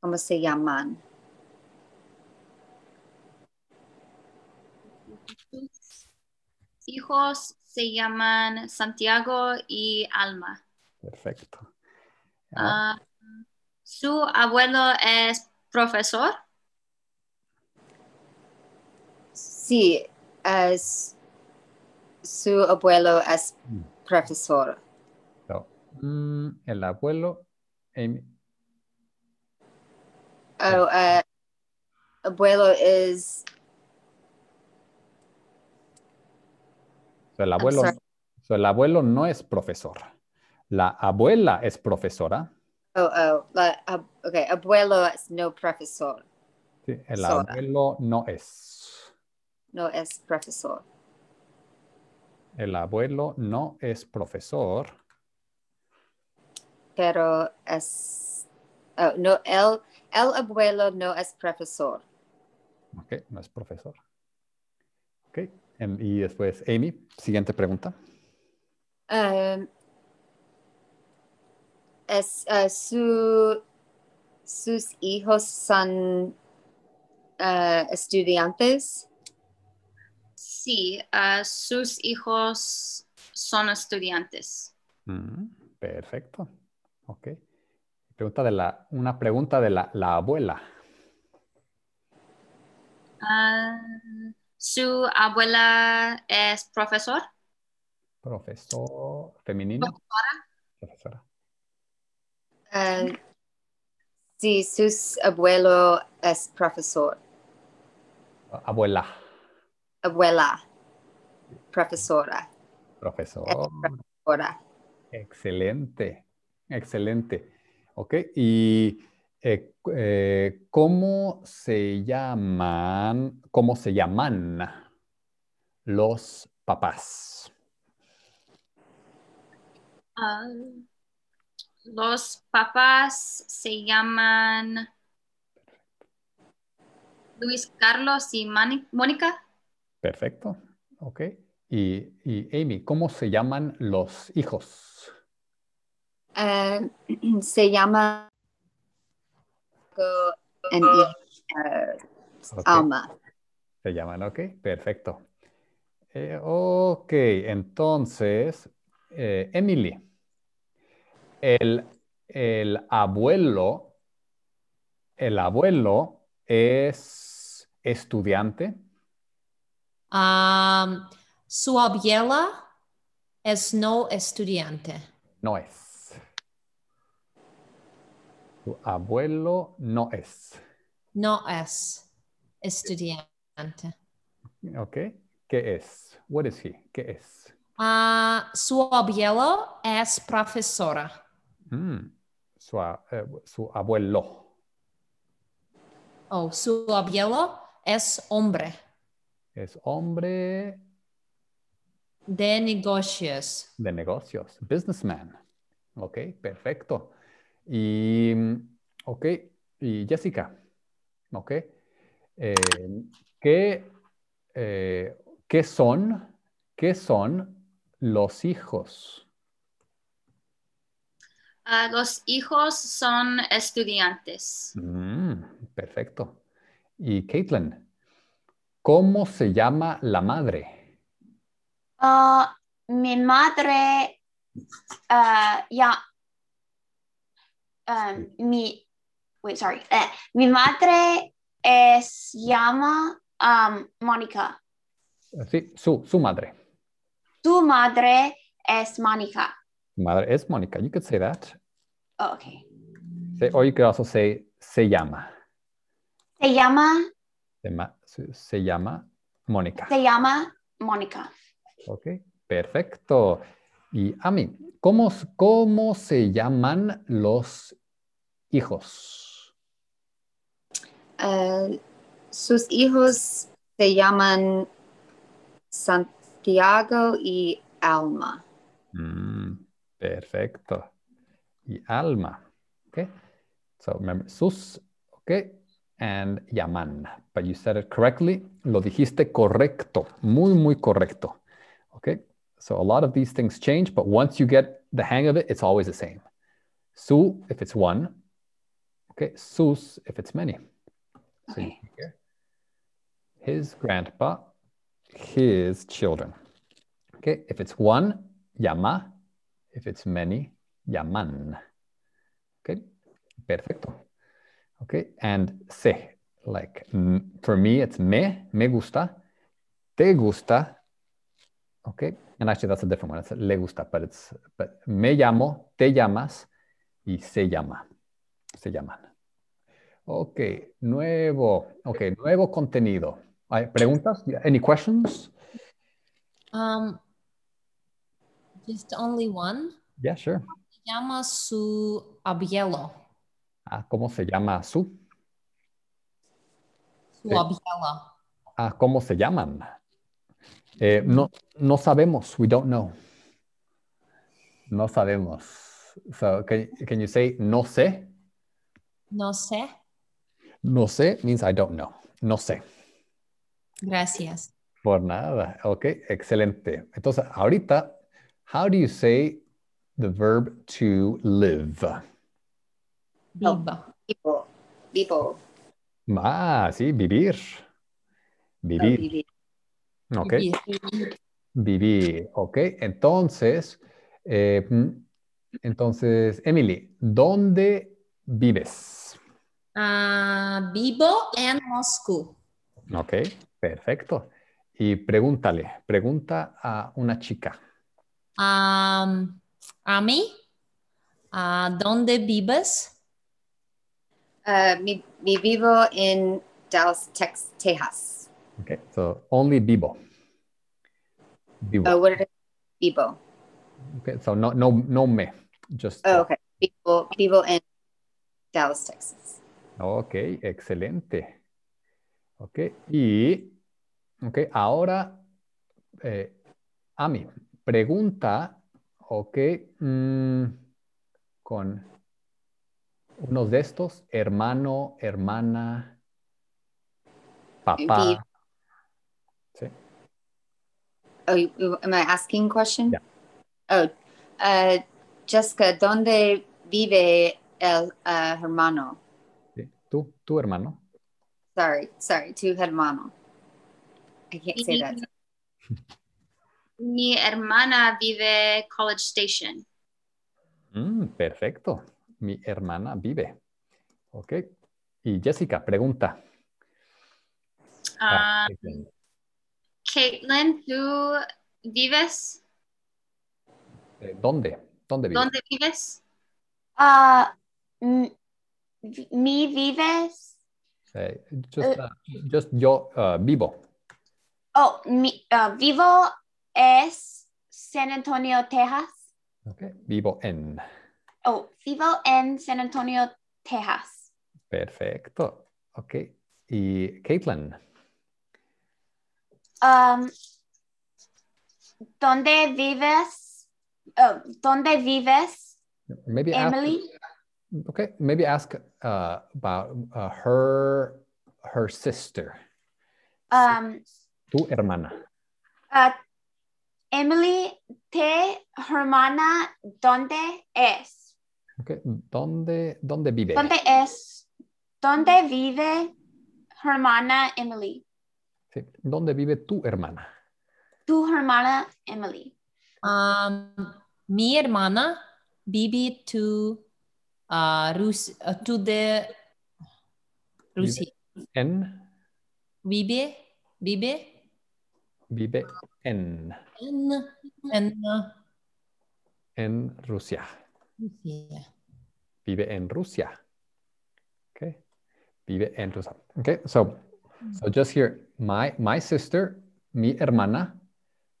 [SPEAKER 4] ¿Cómo se llaman?
[SPEAKER 5] Sus hijos se llaman Santiago y Alma.
[SPEAKER 1] Perfecto. Ah,
[SPEAKER 5] Ah, su abuelo es profesor.
[SPEAKER 4] Sí, es, su abuelo es
[SPEAKER 1] Mm.
[SPEAKER 4] profesor.
[SPEAKER 1] so, mm, el abuelo, Amy,
[SPEAKER 4] Oh, uh, abuelo es
[SPEAKER 1] so el, abuelo
[SPEAKER 4] sorry.
[SPEAKER 1] so el abuelo no es profesor. La abuela es profesora.
[SPEAKER 4] oh oh. La, ab- okay, abuelo es no profesor,
[SPEAKER 1] Sí, el
[SPEAKER 4] Sola.
[SPEAKER 1] abuelo no es.
[SPEAKER 4] no es profesor.
[SPEAKER 1] El abuelo no es profesor.
[SPEAKER 4] Pero es oh, no el el abuelo no es profesor.
[SPEAKER 1] Ok, no es profesor. Ok, em, y después Amy, siguiente pregunta.
[SPEAKER 4] Um, es, eh, su, sus hijos son eh, estudiantes.
[SPEAKER 5] Sí, ah, sus hijos son estudiantes.
[SPEAKER 1] Mm, perfecto. Ok. Pregunta de la, una pregunta de la, la abuela.
[SPEAKER 5] Ah, su abuela es profesor.
[SPEAKER 1] Profesor femenino. Profesora.
[SPEAKER 4] Eh, sí, sus abuelo es profesor.
[SPEAKER 1] Abuela.
[SPEAKER 4] Abuela, profesora.
[SPEAKER 1] Profesor.
[SPEAKER 4] Ahora,
[SPEAKER 1] Excelente. Excelente. Ok. Y eh, cu- eh, ¿cómo se llaman? ¿Cómo se llaman los papás?
[SPEAKER 5] Ah, los papás se llaman Luis Carlos y Mani- Mónica.
[SPEAKER 1] Perfecto. Ok. Y, y Amy, ¿cómo se llaman los hijos?
[SPEAKER 4] eh, <clears throat> se llama en eh,
[SPEAKER 1] Ok,
[SPEAKER 4] alma.
[SPEAKER 1] Se llaman, ok. Perfecto. Eh, ok, entonces, eh, Emily, el, el abuelo, el abuelo es estudiante.
[SPEAKER 2] Am, su abuela es no estudiante.
[SPEAKER 1] No es. Tu abuelo no es.
[SPEAKER 2] No es estudiante.
[SPEAKER 1] Ok. ¿Qué es? What is he? ¿Qué es?
[SPEAKER 2] Ah, su abuelo es profesora.
[SPEAKER 1] Mm, su, a- eh, su abuelo.
[SPEAKER 2] Oh, su abuelo es hombre
[SPEAKER 1] Es hombre
[SPEAKER 2] de negocios.
[SPEAKER 1] de negocios, businessman. Ok, perfecto. Y, mm, ok, y Jessica, ok. eh, ¿qué, eh, ¿Qué son? ¿Qué son los hijos?
[SPEAKER 5] Ah, los hijos son estudiantes.
[SPEAKER 1] Mm, perfecto. Y Caitlin, ¿cómo se llama la madre?
[SPEAKER 3] Ah, mi madre, ah, ya, um, mi, wait, sorry, Eh, mi madre es llama um,
[SPEAKER 1] Eh,
[SPEAKER 3] Mónica.
[SPEAKER 1] Sí, su, su madre.
[SPEAKER 3] Tu madre es Mónica.
[SPEAKER 1] Madre es Mónica. You could say that.
[SPEAKER 3] Oh, okay.
[SPEAKER 1] Say- Or you could also say se llama.
[SPEAKER 3] Se llama,
[SPEAKER 1] Se, ma- se- se llama Mónica.
[SPEAKER 3] se llama Mónica.
[SPEAKER 1] Ok, perfecto. Y Ami, ¿cómo, s- ¿cómo se llaman los hijos?
[SPEAKER 4] Eh, sus hijos se llaman Santiago y Alma.
[SPEAKER 1] Mm, perfecto. Y Alma. Okay. So remember, sus, okay, and Yaman. But you said it correctly. Lo dijiste correcto. Muy, muy correcto. Okay. So a lot of these things change, but once you get the hang of it, it's always the same. Su, if it's one. Okay. Sus, if it's many. So you
[SPEAKER 3] Okay.
[SPEAKER 1] can hear his grandpa, his children. Okay, if it's one, llama. If it's many, llaman. Okay, perfecto. Okay, and se, like m- for me, it's me, me gusta, te gusta. Okay, and actually that's a different one. It's le gusta, but it's but me llamo, te llamas, y se llama, se llaman. Ok, nuevo, ok, nuevo contenido. ¿Hay preguntas? Any questions?
[SPEAKER 2] Um, just only one.
[SPEAKER 1] Yeah, sure.
[SPEAKER 2] Se llama su abuelo.
[SPEAKER 1] Ah, ¿cómo se llama su?
[SPEAKER 2] Su
[SPEAKER 1] Sí.
[SPEAKER 2] abuelo.
[SPEAKER 1] Ah, ¿cómo se llaman? Eh, no, no sabemos. We don't know. No sabemos. So, can, can you say no sé?
[SPEAKER 2] No sé.
[SPEAKER 1] No sé means I don't know. No sé.
[SPEAKER 2] Gracias.
[SPEAKER 1] Por nada. Ok, excelente. Entonces, ahorita, how do you say the verb to live?
[SPEAKER 4] No.
[SPEAKER 2] Viva.
[SPEAKER 4] Vivo. Vivo.
[SPEAKER 1] Ah, sí, vivir. Vivir.
[SPEAKER 4] Vivir.
[SPEAKER 1] Ok.
[SPEAKER 2] Vivir.
[SPEAKER 1] Vivir, ok. Entonces, eh, mm, entonces, Emily, ¿dónde vives?
[SPEAKER 2] Ah, vivo en Moscú.
[SPEAKER 1] Ok, perfecto. Y pregúntale, pregunta a una chica.
[SPEAKER 2] Am, a mí, ah, ¿dónde vives?
[SPEAKER 4] Eh, mi, mi vivo en Dallas, Tex- Texas.
[SPEAKER 1] Ok, so only vivo.
[SPEAKER 4] Oh,
[SPEAKER 1] Vivo.
[SPEAKER 4] what did I- Vivo.
[SPEAKER 1] Okay, so no, no, no me, just
[SPEAKER 4] Oh, okay. Vivo, vivo en Dallas, Texas.
[SPEAKER 1] Ok, excelente. Ok, y ok, ahora eh, Ami, pregunta, ok, mm, con unos de estos, hermano, hermana,
[SPEAKER 4] Di-
[SPEAKER 1] papá.
[SPEAKER 4] Oh, you- you- am I asking question?
[SPEAKER 1] Yeah.
[SPEAKER 4] Oh, uh, Jessica, ¿dónde vive el uh, hermano?
[SPEAKER 1] Sí, Tú, tu hermano.
[SPEAKER 4] Sorry, sorry, tu hermano. I can't say that.
[SPEAKER 5] Mi- Mi hermana vive College Station.
[SPEAKER 1] Mm, perfecto. Mi hermana vive. Ok. Y Jessica, pregunta.
[SPEAKER 5] Ah, Caitlin, ¿tú vives?
[SPEAKER 1] Eh, ¿Dónde? ¿Dónde vive?
[SPEAKER 5] ¿Dónde vives?
[SPEAKER 3] Ah, m- vi- mi vives,
[SPEAKER 1] Eh, just, uh, just yo uh, vivo.
[SPEAKER 3] oh, mi, ah, vivo es San Antonio, Texas.
[SPEAKER 1] Okay. Vivo en.
[SPEAKER 3] Oh, vivo en San Antonio, Texas.
[SPEAKER 1] Perfecto. Ok. Y Caitlin,
[SPEAKER 3] Um, ¿Dónde vives? Oh, ¿Dónde vives,
[SPEAKER 1] maybe ask-
[SPEAKER 3] Emily?
[SPEAKER 1] Okay, maybe ask uh, about uh, her her sister,
[SPEAKER 3] Um,
[SPEAKER 1] tu hermana.
[SPEAKER 3] uh, Emily, te hermana, ¿dónde es?
[SPEAKER 1] Okay, ¿dónde dónde vive?
[SPEAKER 3] ¿Dónde es? ¿Dónde vive hermana Emily?
[SPEAKER 1] Sí, ¿Dónde vive tu hermana?
[SPEAKER 3] Tu hermana Emily.
[SPEAKER 2] Um, mi hermana vive tu, ah, Rus- ah, tu de Rusia.
[SPEAKER 1] En
[SPEAKER 2] Vive, vive
[SPEAKER 1] vive en
[SPEAKER 2] en, en ah,
[SPEAKER 1] en Rusia.
[SPEAKER 2] Rusia.
[SPEAKER 1] vive en Rusia. Okay. Vive en Rusia. Okay. So, so just here, my my sister, mi hermana,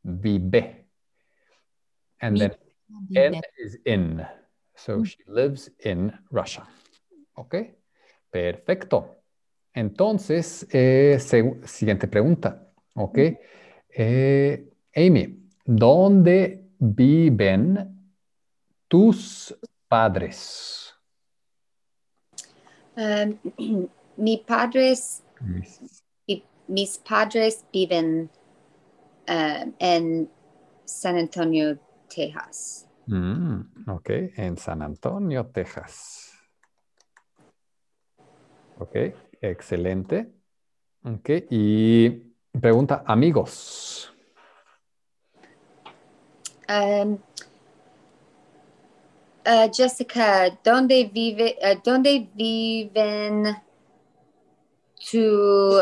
[SPEAKER 1] vive. And then
[SPEAKER 2] Vive.
[SPEAKER 1] en is in. So she lives in Russia. Okay. Perfecto. Entonces, eh, segu- siguiente pregunta. Ok. Eh, Amy, ¿dónde viven tus padres?
[SPEAKER 4] Um, <clears throat> mi padres,
[SPEAKER 1] Mis-
[SPEAKER 4] mis padres viven uh, en San Antonio, Texas.
[SPEAKER 1] Mm, ok, en San Antonio, Texas. Ok, excelente. Ok, y pregunta, amigos.
[SPEAKER 4] Um, uh, Jessica, ¿dónde vive, uh, dónde viven tu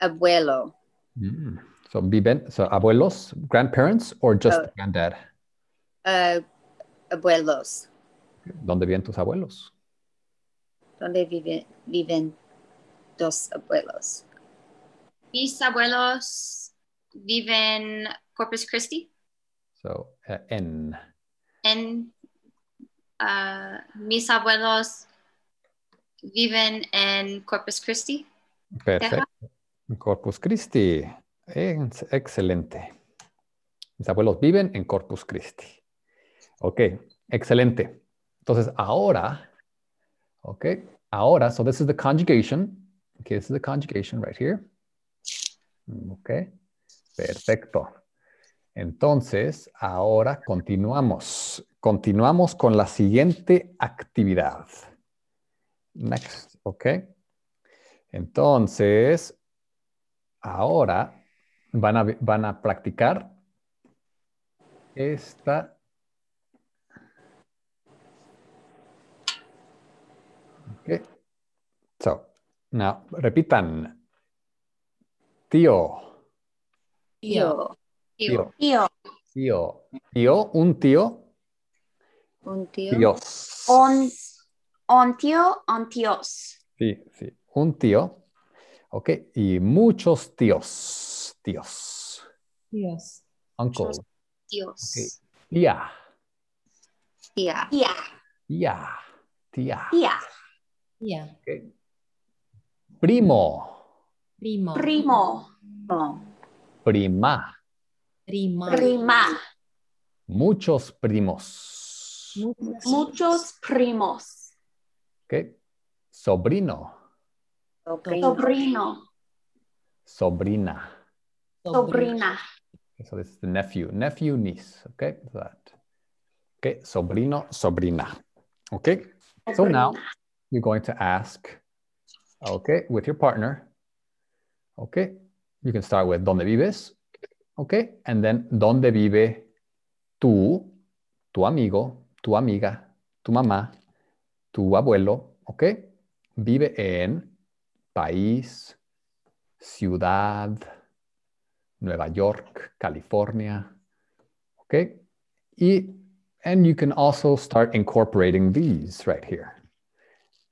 [SPEAKER 4] abuelo?
[SPEAKER 1] Mm, So, viven, so, abuelos, grandparents, or just
[SPEAKER 4] Oh.
[SPEAKER 1] granddad?
[SPEAKER 4] Uh, abuelos,
[SPEAKER 1] ¿Dónde viven tus abuelos?
[SPEAKER 4] ¿dónde vive, viven dos abuelos?
[SPEAKER 5] Mis abuelos viven Corpus Christi
[SPEAKER 1] So, eh, en.
[SPEAKER 5] en uh, mis abuelos viven en Corpus Christi.
[SPEAKER 1] Perfecto. Corpus Christi. Ex- Excelente. Mis abuelos viven en Corpus Christi. Ok, excelente. Entonces, ahora, ok, ahora, so this is the conjugation. Okay, this is the conjugation right here. Mm, Ok, perfecto. Entonces, ahora continuamos. Continuamos con la siguiente actividad. Next, ok. Entonces, ahora van a, ve- van a practicar esta... Ok. So, now, repitan. Tío,
[SPEAKER 2] Tío,
[SPEAKER 1] tío,
[SPEAKER 3] Tío,
[SPEAKER 1] tío, tío, un tío,
[SPEAKER 4] Un tío.
[SPEAKER 1] tíos.
[SPEAKER 3] on, on tío, on tíos.
[SPEAKER 1] Sí, sí, un tío. Ok, y muchos tíos, tíos,
[SPEAKER 2] Dios.
[SPEAKER 1] uncle,
[SPEAKER 5] Dios.
[SPEAKER 1] Ok. tía.
[SPEAKER 4] Tía.
[SPEAKER 3] Tía,
[SPEAKER 1] Tía, tía.
[SPEAKER 3] tía,
[SPEAKER 2] Tía,
[SPEAKER 1] Primo,
[SPEAKER 2] primo,
[SPEAKER 3] primo,
[SPEAKER 1] prima.
[SPEAKER 2] prima,
[SPEAKER 3] prima,
[SPEAKER 1] Muchos primos.
[SPEAKER 2] muchos,
[SPEAKER 3] muchos primos,
[SPEAKER 1] ¿ok? Sobrino,
[SPEAKER 4] Sobrino.
[SPEAKER 3] sobrino,
[SPEAKER 1] sobrina.
[SPEAKER 3] sobrina,
[SPEAKER 1] So this is the nephew, nephew, niece. Okay, that. Okay, sobrino, sobrina. Okay, so now
[SPEAKER 3] sobrina.
[SPEAKER 1] you're going to ask, okay, with your partner. Okay, you can start with donde vives. Okay, and then donde vive tú, tu amigo, tu amiga, tu mamá, tu abuelo. Okay, vive en país, ciudad. Nueva York, California. Okay? Y- and you can also start incorporating these right here.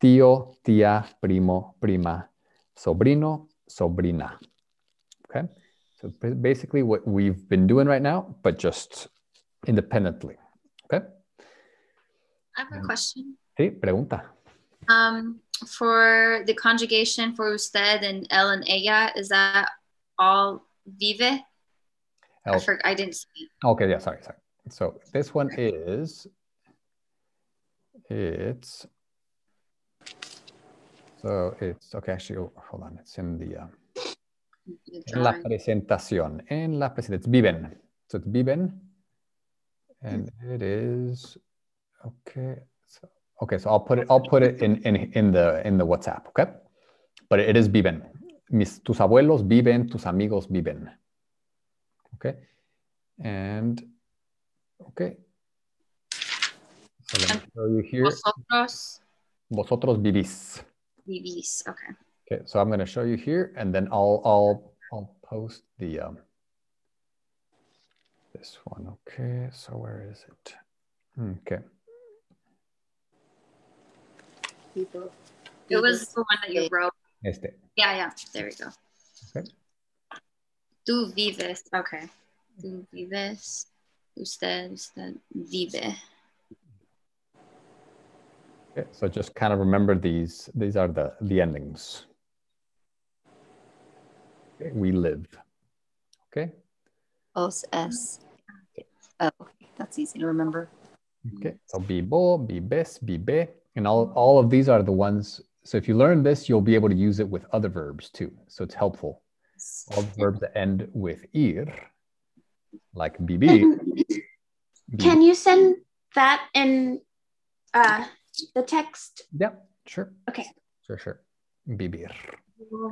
[SPEAKER 1] Tío, tía, primo, prima, sobrino, sobrina. Okay? So ba- basically what we've been doing right now, but just independently. Okay?
[SPEAKER 5] I have a question.
[SPEAKER 1] Sí, pregunta.
[SPEAKER 5] um, for the conjugation for usted and el and ella, is that all vive? I,
[SPEAKER 1] El-
[SPEAKER 5] forg I didn't see.
[SPEAKER 1] Ah, Okay, yeah, sorry, sorry. So this one is it's so it's okay. Actually, oh, hold on. It's in the uh,
[SPEAKER 5] the
[SPEAKER 1] en la
[SPEAKER 5] drawing.
[SPEAKER 1] presentación. En la presentación. It's viven. So it's viven, and it is okay. So okay, so I'll put it. I'll put it in in in the in the WhatsApp. Okay, but it is viven. Mis tus abuelos viven. Tus amigos viven. Okay, and okay. So let me show you here.
[SPEAKER 5] Vosotros
[SPEAKER 1] Vosotros vivís.
[SPEAKER 5] vivís. Okay.
[SPEAKER 1] Okay, so I'm going to show you here, and then I'll I'll I'll post the um, this one. Okay, so where is it? Okay,
[SPEAKER 4] People.
[SPEAKER 5] It was the one that you wrote.
[SPEAKER 1] este.
[SPEAKER 5] Yeah, yeah. There we go.
[SPEAKER 1] Okay.
[SPEAKER 5] Tu vives. Okay. Tu vives. Usted, usted vive.
[SPEAKER 1] Okay, so just kind of remember these. These are the the endings. Okay, we live. Okay.
[SPEAKER 4] Os S. Oh, that's easy to remember.
[SPEAKER 1] Okay. So vivo, vives, vive, and all all of these are the ones. So if you learn this, you'll be able to use it with other verbs too. So it's helpful. all verbs that end with ir, like
[SPEAKER 3] <laughs>
[SPEAKER 1] vivir.
[SPEAKER 3] Can you send that in uh, the text?
[SPEAKER 1] Yeah, sure.
[SPEAKER 3] Okay.
[SPEAKER 1] Sure, sure. Vivir.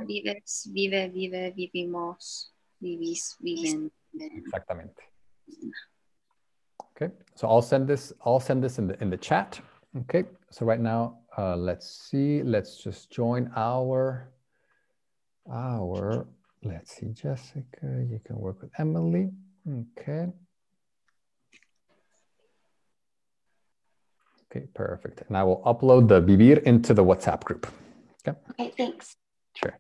[SPEAKER 5] Vives, vive, vive, vivimos. Vivís, viven. viven.
[SPEAKER 1] Exactamente. Okay. So I'll send this. I'll send this in the in the chat. Okay. So right now, uh, let's see. Let's just join our our. Let's see, Jessica. You can work with Emily. Okay. Okay, perfect. And I will upload the Vivir into the WhatsApp group.
[SPEAKER 3] Okay, thanks.
[SPEAKER 1] Sure.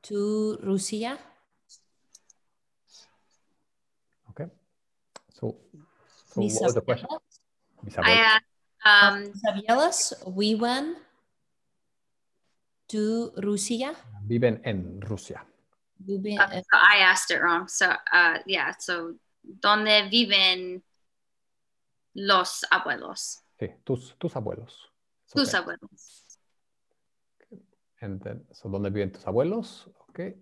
[SPEAKER 2] Tu Rusia?
[SPEAKER 1] Okay. So, so
[SPEAKER 2] Mis
[SPEAKER 1] what was the question?
[SPEAKER 2] abuelas-
[SPEAKER 1] Mis
[SPEAKER 5] I
[SPEAKER 1] abuelos.
[SPEAKER 5] asked, um,
[SPEAKER 2] mis abuelas viven tu Rusia?
[SPEAKER 1] Viven en Rusia.
[SPEAKER 2] Viven-
[SPEAKER 5] uh, so I asked it wrong. So, uh, yeah. So, donde viven los abuelos?
[SPEAKER 1] Sí, tus, tus abuelos. It's
[SPEAKER 5] Tus
[SPEAKER 1] okay.
[SPEAKER 5] abuelos.
[SPEAKER 1] And then, so, ¿dónde viven tus abuelos? Okay.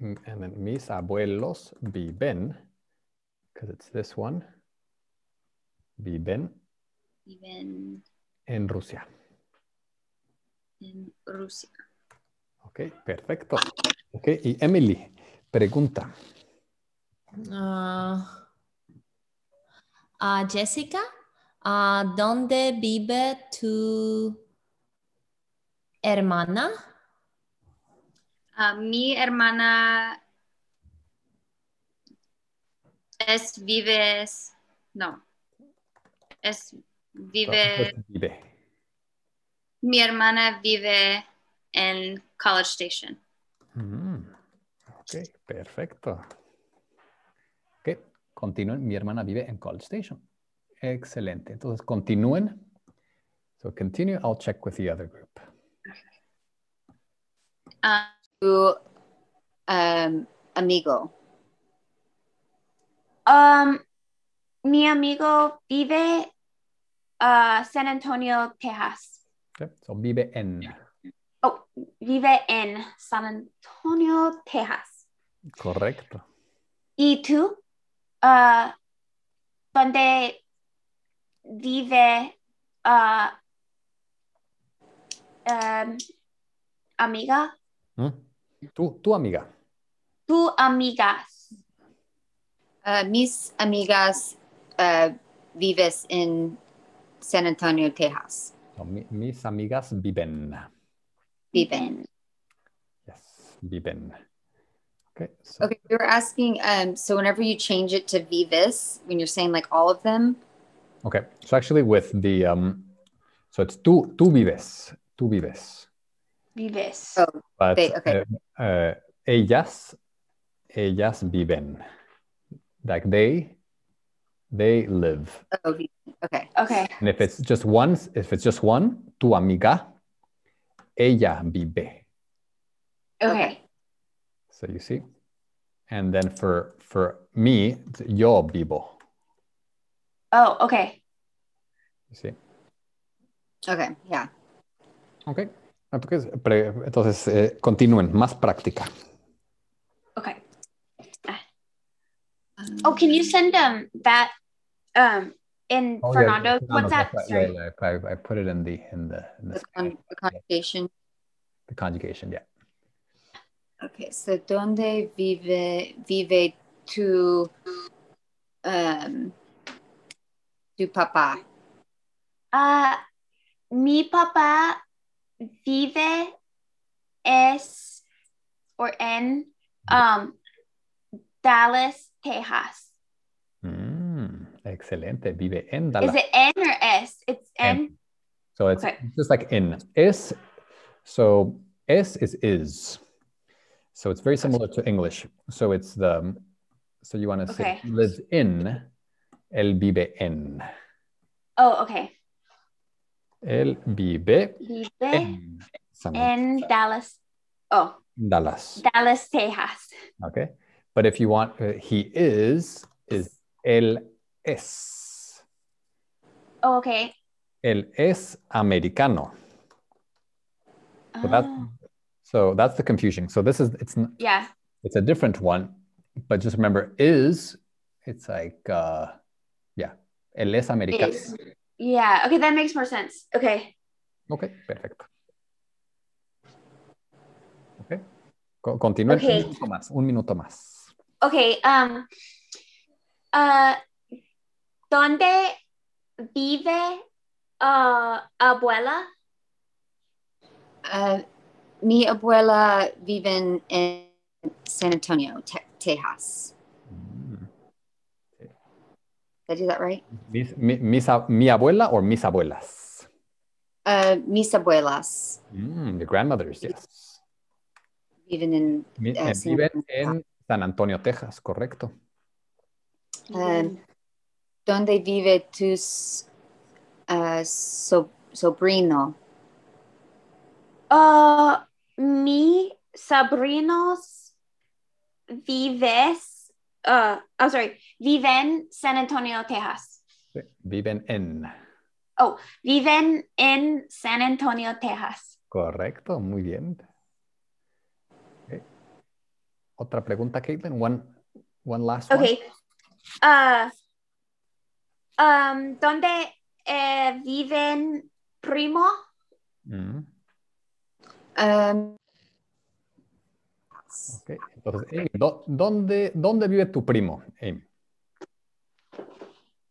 [SPEAKER 1] Mm, And then, mis abuelos viven, because it's this one. Viven
[SPEAKER 5] Viven
[SPEAKER 1] en Rusia.
[SPEAKER 5] en Rusia.
[SPEAKER 1] Ok, perfecto. Ok, y Emily, pregunta.
[SPEAKER 2] Ah, ah, Jessica, ah, ¿dónde vive tu hermana?
[SPEAKER 5] Ah, mi hermana es vives, no, es vive,
[SPEAKER 1] Vive.
[SPEAKER 5] mi hermana vive en College Station.
[SPEAKER 1] Mm, ok, perfecto. Ok, continúen. Mi hermana vive en College Station. Excelente. Entonces, continúen. So, continue. I'll check with the other group.
[SPEAKER 5] Ah,
[SPEAKER 4] Tu um, amigo.
[SPEAKER 3] Um, mi amigo vive uh, San Antonio, Texas.
[SPEAKER 1] Okay, So, vive en.
[SPEAKER 3] Oh, vive en San Antonio, Texas.
[SPEAKER 1] Correcto.
[SPEAKER 3] ¿Y tú? Uh, ¿Dónde vive uh, um, amiga?
[SPEAKER 1] Mm. Tú, tu amiga.
[SPEAKER 3] Tu amigas.
[SPEAKER 4] Uh, mis amigas uh, vives en San Antonio, Texas.
[SPEAKER 1] So, mi- mis amigas viven.
[SPEAKER 3] Mm-hmm.
[SPEAKER 4] Viven.
[SPEAKER 1] Yes, viven. Okay. So,
[SPEAKER 4] Okay, we were asking. Um, so whenever you change it to vives, when you're saying like all of them,
[SPEAKER 1] Okay. So actually with the um so it's tú tú vives, tú vives.
[SPEAKER 3] Vives.
[SPEAKER 4] Oh.
[SPEAKER 1] But
[SPEAKER 4] They- okay.
[SPEAKER 1] uh, uh, ellas ellas viven. Like they they live.
[SPEAKER 4] oh, vi- okay,
[SPEAKER 3] Okay.
[SPEAKER 1] And if it's just one, if it's just one, tu amiga ella vive.
[SPEAKER 3] Okay.
[SPEAKER 1] So you see. And then for for me, it's yo vivo.
[SPEAKER 3] Oh, okay.
[SPEAKER 1] You see.
[SPEAKER 4] okay, yeah.
[SPEAKER 1] Ok. Entonces, Ah, pre- entonces, eh, continúen, más práctica.
[SPEAKER 3] Okay. Oh, can you send um that um in
[SPEAKER 1] Oh, yeah, yeah,
[SPEAKER 3] Fernando? What's that?
[SPEAKER 1] that's right.
[SPEAKER 3] Sorry.
[SPEAKER 1] Yeah, yeah, I, I put it in the in the, in the,
[SPEAKER 4] The, con- the conjugation.
[SPEAKER 1] the conjugation. Yeah.
[SPEAKER 4] Okay, so donde vive vive tu um tu papa?
[SPEAKER 3] Uh, mi papá vive es or en um Dallas, Texas.
[SPEAKER 1] Mm, excelente. Vive en
[SPEAKER 3] Is
[SPEAKER 1] Dallas.
[SPEAKER 3] it N or S? It's
[SPEAKER 1] En.
[SPEAKER 3] N.
[SPEAKER 1] so it's
[SPEAKER 3] okay.
[SPEAKER 1] just like in es. So es is is. So it's very similar to English. So it's the. So you want to say
[SPEAKER 3] Okay.
[SPEAKER 1] lives in. El vive en.
[SPEAKER 3] Oh, okay.
[SPEAKER 1] El vive
[SPEAKER 3] Vive
[SPEAKER 1] en. San
[SPEAKER 3] en Dallas. Oh,
[SPEAKER 1] Dallas.
[SPEAKER 3] Dallas, Texas.
[SPEAKER 1] Okay. But if you want, uh, he is, is él es.
[SPEAKER 3] Oh, okay.
[SPEAKER 1] Él es americano. So, that,
[SPEAKER 3] Oh,
[SPEAKER 1] so that's the confusion. So this is, it's, n-
[SPEAKER 3] yeah.
[SPEAKER 1] it's a different one, but just remember is, it's like, uh, yeah, él es americano.
[SPEAKER 3] Is. Yeah. Okay, that makes more sense. Okay.
[SPEAKER 1] Okay, perfecto. Okay. Co- Continúen
[SPEAKER 3] Okay.
[SPEAKER 1] un minuto más, un minuto más.
[SPEAKER 3] Okay, um, uh, ¿dónde vive uh, abuela?
[SPEAKER 4] Uh, mi abuela vive en San Antonio, Te- Texas.
[SPEAKER 1] Mm.
[SPEAKER 4] Did I do that right?
[SPEAKER 1] Mis, mi, mis ab- mi abuela or mis abuelas?
[SPEAKER 4] Uh, mis abuelas
[SPEAKER 1] Mm, your grandmothers, yes.
[SPEAKER 4] viven en
[SPEAKER 1] Mi-
[SPEAKER 4] Ah,
[SPEAKER 1] eh,
[SPEAKER 4] sí.
[SPEAKER 1] viven en San Antonio, Texas, correcto.
[SPEAKER 4] Um, donde vive tus uh, so, sobrino.
[SPEAKER 3] Uh, mi sobrinos vives, uh, I'm sorry, viven San Antonio, Texas.
[SPEAKER 1] Sí, Viven en,
[SPEAKER 3] Viven en San Antonio, Texas.
[SPEAKER 1] correcto, muy bien. Ok. Otra pregunta, Caitlin. One, one last one.
[SPEAKER 3] Okay. Uh, um, ¿dónde eh, viven primo?
[SPEAKER 1] Mm,
[SPEAKER 4] Um,
[SPEAKER 1] ok. Entonces, Amy, ¿dó- ¿dónde, dónde vive tu primo, Amy?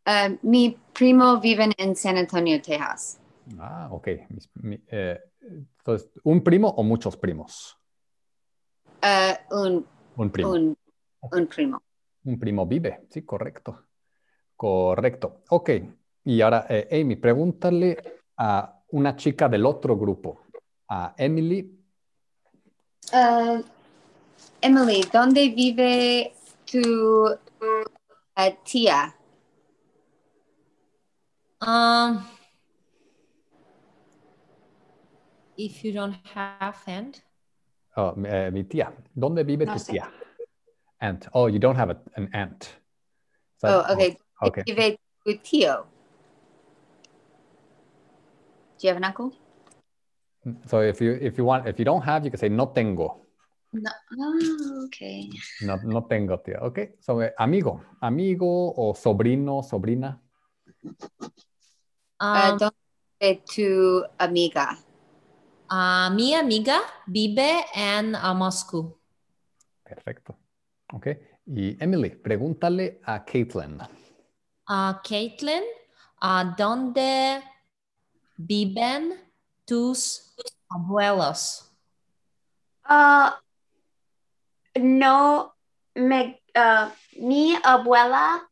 [SPEAKER 4] uh, mi primo vive en San Antonio, Texas.
[SPEAKER 1] Ah, ok. Mis- mi- eh, entonces, ¿un primo o muchos primos?
[SPEAKER 4] Uh, un,
[SPEAKER 1] Un primo.
[SPEAKER 4] un, un primo.
[SPEAKER 1] Un primo vive, sí, correcto. Correcto. Ok. Y ahora, eh, Amy, pregúntale a una chica del otro grupo, a Emily.
[SPEAKER 4] Uh, Emily, ¿dónde vive tu eh, tía?
[SPEAKER 2] Um, if you don't have hand,
[SPEAKER 1] oh, eh, mi tía. ¿Dónde vive
[SPEAKER 4] No
[SPEAKER 1] tu
[SPEAKER 4] sé.
[SPEAKER 1] tía? Aunt. Oh, you don't have a- an aunt. Is that-
[SPEAKER 4] Oh, okay.
[SPEAKER 1] oh, okay.
[SPEAKER 4] Vive tu tío. Do you have an uncle?
[SPEAKER 1] So if you if you want if you don't have, you can say no tengo.
[SPEAKER 5] No. Oh, okay.
[SPEAKER 1] No, no tengo tía. Ok. So eh, amigo, amigo o sobrino, sobrina.
[SPEAKER 4] Uh,
[SPEAKER 5] Uh,
[SPEAKER 2] um,
[SPEAKER 4] ¿Dónde vive tu amiga?
[SPEAKER 2] uh, mi amiga vive en uh, Moscú.
[SPEAKER 1] Perfecto. Ok. Y Emily, pregúntale a Caitlin.
[SPEAKER 2] Uh, Caitlin, uh, ¿dónde viven tus abuelos?
[SPEAKER 3] Ah, no, me, ah, mi abuela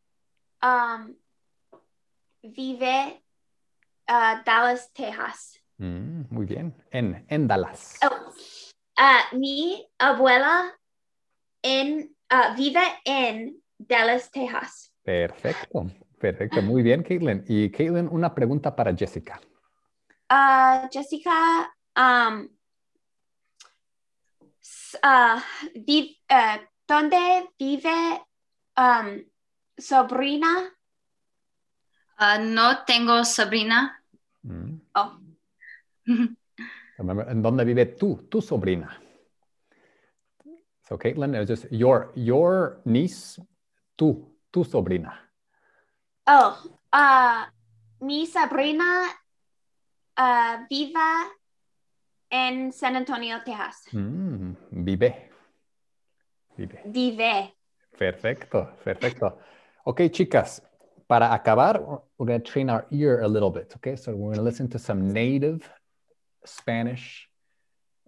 [SPEAKER 3] um, vive a Dallas, Texas.
[SPEAKER 1] Mm, muy bien. En, en Dallas.
[SPEAKER 3] Oh, ah, mi abuela en, ah, vive en Dallas, Texas.
[SPEAKER 1] Perfecto. Perfecto. Muy bien, Caitlin. Y Caitlin, una pregunta para Jessica.
[SPEAKER 3] Uh, Jessica, um, s- uh, vi- uh, ¿dónde vive um, sobrina?
[SPEAKER 5] Uh, no tengo sobrina.
[SPEAKER 1] Mm.
[SPEAKER 3] Oh,
[SPEAKER 1] Remember, ¿En dónde vive tú, tu sobrina? So, Caitlin, it's just your, your niece, tú, tu sobrina.
[SPEAKER 3] oh uh, mi sobrina uh, vive en San Antonio, Texas.
[SPEAKER 1] Mm, vive. Vive.
[SPEAKER 3] Vive.
[SPEAKER 1] Perfecto, perfecto. Okay, chicas, para acabar, we're going to train our ear a little bit, okay? So we're going to listen to some native Spanish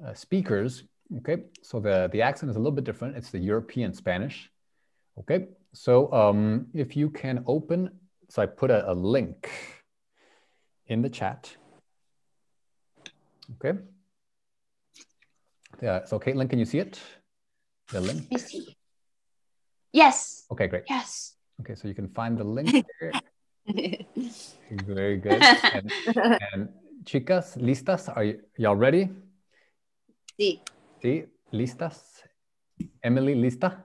[SPEAKER 1] uh, speakers, okay? So the, the accent is a little bit different. It's the European Spanish, okay? So um, if you can open, so I put a, a link in the chat, okay? Yeah, so Caitlin, can you see it? The link?
[SPEAKER 3] I see. Yes,
[SPEAKER 1] Okay, great.
[SPEAKER 3] yes.
[SPEAKER 1] Okay, so you can find the link there. Very good. And, and chicas, listas, are y- y'all ready?
[SPEAKER 4] sí.
[SPEAKER 1] Sí, listas. Emily, lista?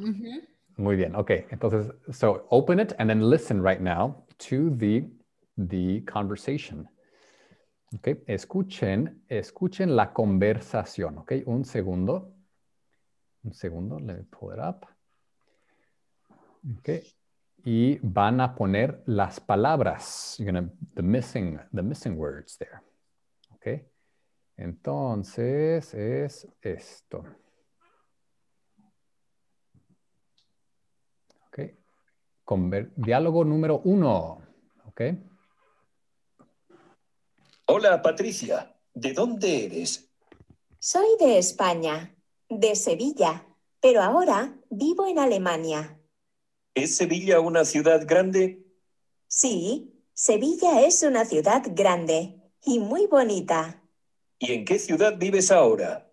[SPEAKER 2] Ujú.
[SPEAKER 1] Muy bien. Okay. Entonces, so open it and then listen right now to the the conversation. Okay. Escuchen, escuchen la conversación. Okay. Un segundo. Un segundo. Let me pull it up. Okay. Y van a poner las palabras. You're gonna the missing the missing words there. Okay. Entonces es esto. Okay. Conver- diálogo número uno. Okay.
[SPEAKER 6] Hola Patricia, ¿de dónde eres?
[SPEAKER 7] Soy de España, de Sevilla, pero ahora vivo en Alemania.
[SPEAKER 6] ¿Es Sevilla una ciudad grande?
[SPEAKER 7] Sí, Sevilla es una ciudad grande y muy bonita.
[SPEAKER 6] ¿Y en qué ciudad vives ahora?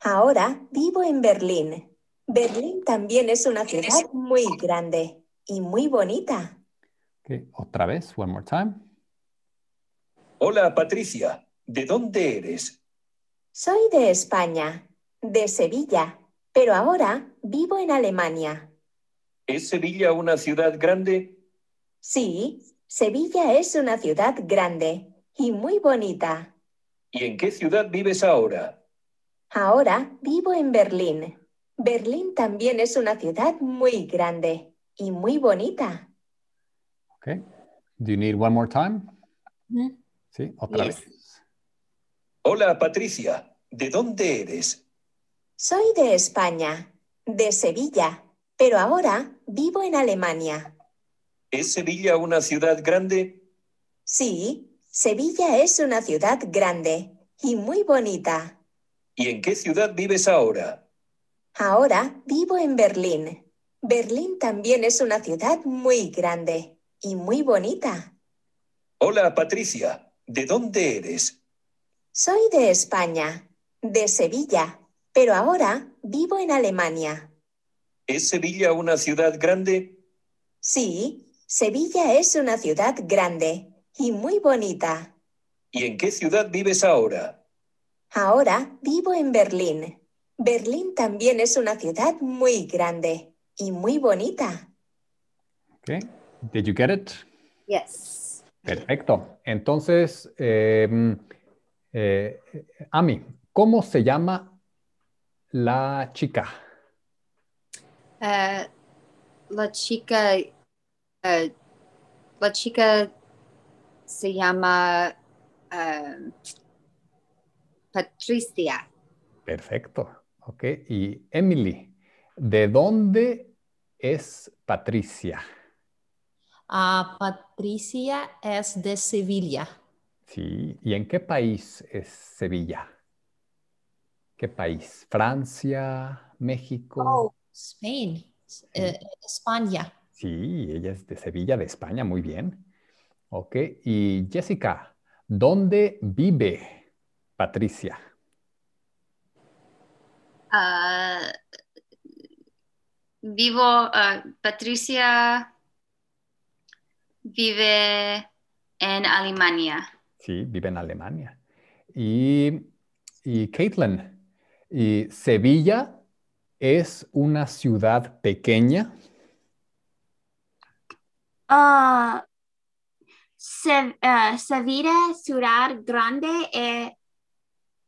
[SPEAKER 7] Ahora vivo en Berlín. Berlín también es una ciudad muy grande y muy bonita.
[SPEAKER 1] Okay, Otra vez, one more time.
[SPEAKER 6] Hola Patricia, ¿de dónde eres?
[SPEAKER 7] Soy de España, de Sevilla, pero ahora vivo en Alemania.
[SPEAKER 6] ¿Es Sevilla una ciudad grande?
[SPEAKER 7] Sí, Sevilla es una ciudad grande y muy bonita.
[SPEAKER 6] ¿Y en qué ciudad vives ahora?
[SPEAKER 7] Ahora vivo en Berlín. Berlín también es una ciudad muy grande y muy bonita.
[SPEAKER 1] Okay. Do you need one more time?
[SPEAKER 2] Ujú.
[SPEAKER 1] Sí, otra
[SPEAKER 4] Yes.
[SPEAKER 1] vez.
[SPEAKER 6] Hola Patricia, ¿de dónde eres?
[SPEAKER 7] Soy de España, de Sevilla, pero ahora vivo en Alemania.
[SPEAKER 6] ¿Es Sevilla una ciudad grande?
[SPEAKER 7] Sí, Sevilla es una ciudad grande y muy bonita.
[SPEAKER 6] ¿Y en qué ciudad vives ahora?
[SPEAKER 7] Ahora vivo en Berlín. Berlín también es una ciudad muy grande y muy bonita.
[SPEAKER 6] Hola, Patricia. ¿De dónde eres?
[SPEAKER 7] Soy de España, de Sevilla, pero ahora vivo en Alemania.
[SPEAKER 6] ¿Es Sevilla una ciudad grande?
[SPEAKER 7] Sí, Sevilla es una ciudad grande y muy bonita.
[SPEAKER 6] ¿Y en qué ciudad vives ahora?
[SPEAKER 7] Ahora vivo en Berlín. Berlín también es una ciudad muy grande y muy bonita.
[SPEAKER 1] Okay. Did you get it?
[SPEAKER 4] Yes.
[SPEAKER 1] Perfecto. Entonces, eh, eh, Ami, ¿cómo se llama la chica?
[SPEAKER 5] Uh, la chica, uh, la chica se llama um, Patricia.
[SPEAKER 1] Perfecto. Ok. Y Emily, ¿de dónde es Patricia?
[SPEAKER 2] Ah, Patricia es de Sevilla.
[SPEAKER 1] Sí. ¿Y en qué país es Sevilla? ¿Qué país? ¿Francia? ¿México?
[SPEAKER 2] Oh, Spain. Eh, España.
[SPEAKER 1] Sí, ella es de Sevilla, de España. Muy bien. Ok. Y Jessica, ¿dónde vive Patricia?
[SPEAKER 5] Uh, vivo, uh, Patricia vive en Alemania.
[SPEAKER 1] Sí, vive en Alemania. Y, y Caitlin, ¿y Sevilla es una ciudad pequeña?
[SPEAKER 3] Ah, Se- eh, Sevilla, ciudad grande y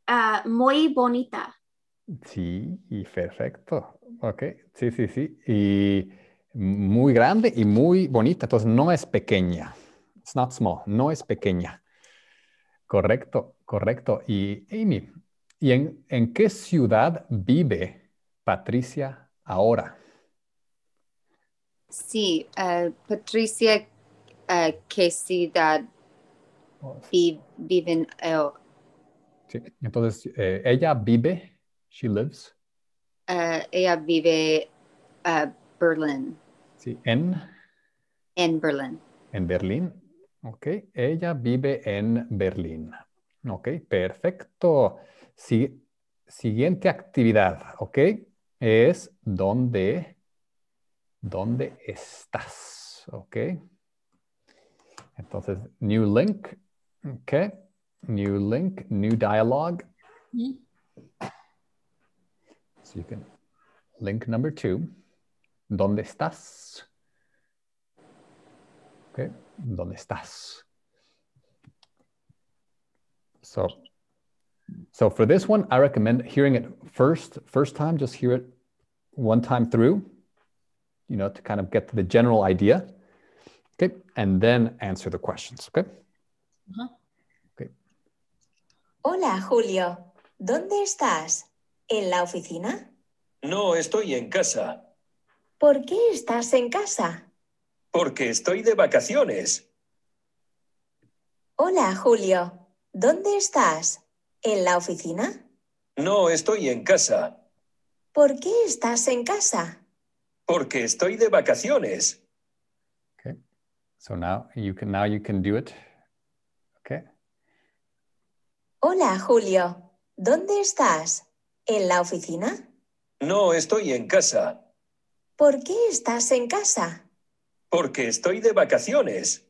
[SPEAKER 3] ah, muy bonita.
[SPEAKER 1] Sí, y perfecto. Ok, sí, sí, sí. Y muy grande y muy bonita. Entonces, no es pequeña. It's not small, no es pequeña. Correcto, correcto. Y Amy, ¿y en, en qué ciudad vive Patricia ahora?
[SPEAKER 5] Sí, uh, Patricia, uh, que ciudad
[SPEAKER 1] Oh,
[SPEAKER 5] vi- viven eh,
[SPEAKER 1] Sí. Entonces, eh, ella vive, she lives,
[SPEAKER 5] uh, ella vive uh, Berlín,
[SPEAKER 1] sí, en,
[SPEAKER 5] en Berlín.
[SPEAKER 1] en Berlín. Ok, ella vive en Berlín. Ok, perfecto. Si- siguiente actividad, ok, es dónde, dónde estás, ok. Entonces, new link, ok, new link, new dialogue.
[SPEAKER 2] Mm.
[SPEAKER 1] So you can link number two. ¿Dónde estás? Okay. ¿Dónde estás? So, so for this one, I recommend hearing it first. First time, just hear it one time through. You know, to kind of get the general idea. Okay, and then answer the questions. Okay.
[SPEAKER 7] Hola, Julio. ¿Dónde estás? ¿En la oficina?
[SPEAKER 6] No estoy en casa,
[SPEAKER 7] ¿Por qué estás en casa?
[SPEAKER 6] porque estoy de vacaciones.
[SPEAKER 7] Hola, Julio. ¿Dónde estás? ¿En la oficina?
[SPEAKER 6] No estoy en casa,
[SPEAKER 7] ¿Por qué estás en casa?
[SPEAKER 6] porque estoy de vacaciones.
[SPEAKER 1] So now you can now you can do it. Okay.
[SPEAKER 7] Hola, Julio. ¿Dónde estás? ¿En la oficina?
[SPEAKER 6] No estoy en casa,
[SPEAKER 7] ¿Por qué estás en casa?
[SPEAKER 6] porque estoy de vacaciones.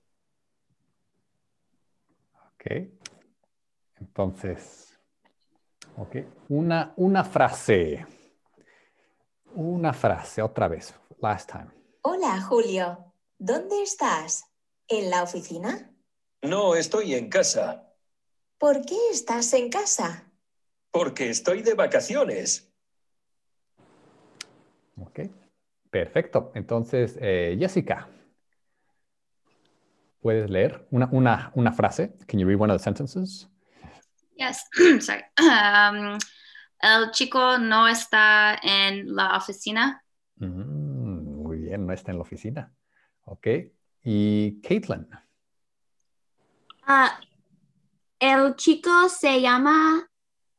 [SPEAKER 1] Ok. Entonces, ok. Una, una frase. Una frase, otra vez. Last time.
[SPEAKER 7] Hola, Julio. ¿Dónde estás? ¿En la oficina?
[SPEAKER 6] No estoy en casa,
[SPEAKER 7] ¿Por qué estás en casa?
[SPEAKER 6] porque estoy de vacaciones.
[SPEAKER 1] Ok. Perfecto. Entonces, eh, Jessica, ¿puedes leer una, una, una frase? Can you read one of the sentences?
[SPEAKER 5] Yes, <clears throat> sorry. Um, el chico no está en la oficina.
[SPEAKER 1] Mm, muy bien, no está en la oficina. Ok. Y Caitlin.
[SPEAKER 3] Uh, Ah, el chico se llama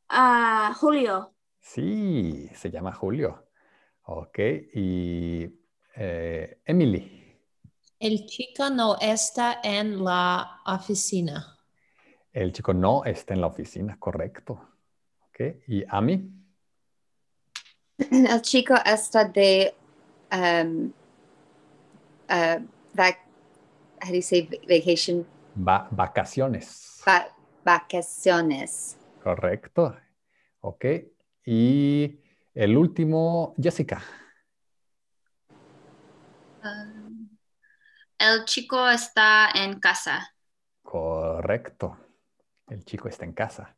[SPEAKER 3] Ah, Julio.
[SPEAKER 1] Sí, se llama Julio. Ok, y eh, Emily,
[SPEAKER 2] El chico no está en la oficina.
[SPEAKER 1] el chico no está en la oficina, correcto. Ok, y Ami,
[SPEAKER 4] <clears throat> El chico está de um, uh, vac- how do you say va- vacation?
[SPEAKER 1] va vacaciones,
[SPEAKER 4] Va- vacaciones.
[SPEAKER 1] correcto. Ok, y el último, Jessica.
[SPEAKER 5] Um, el chico está en casa.
[SPEAKER 1] Correcto. El chico está en casa.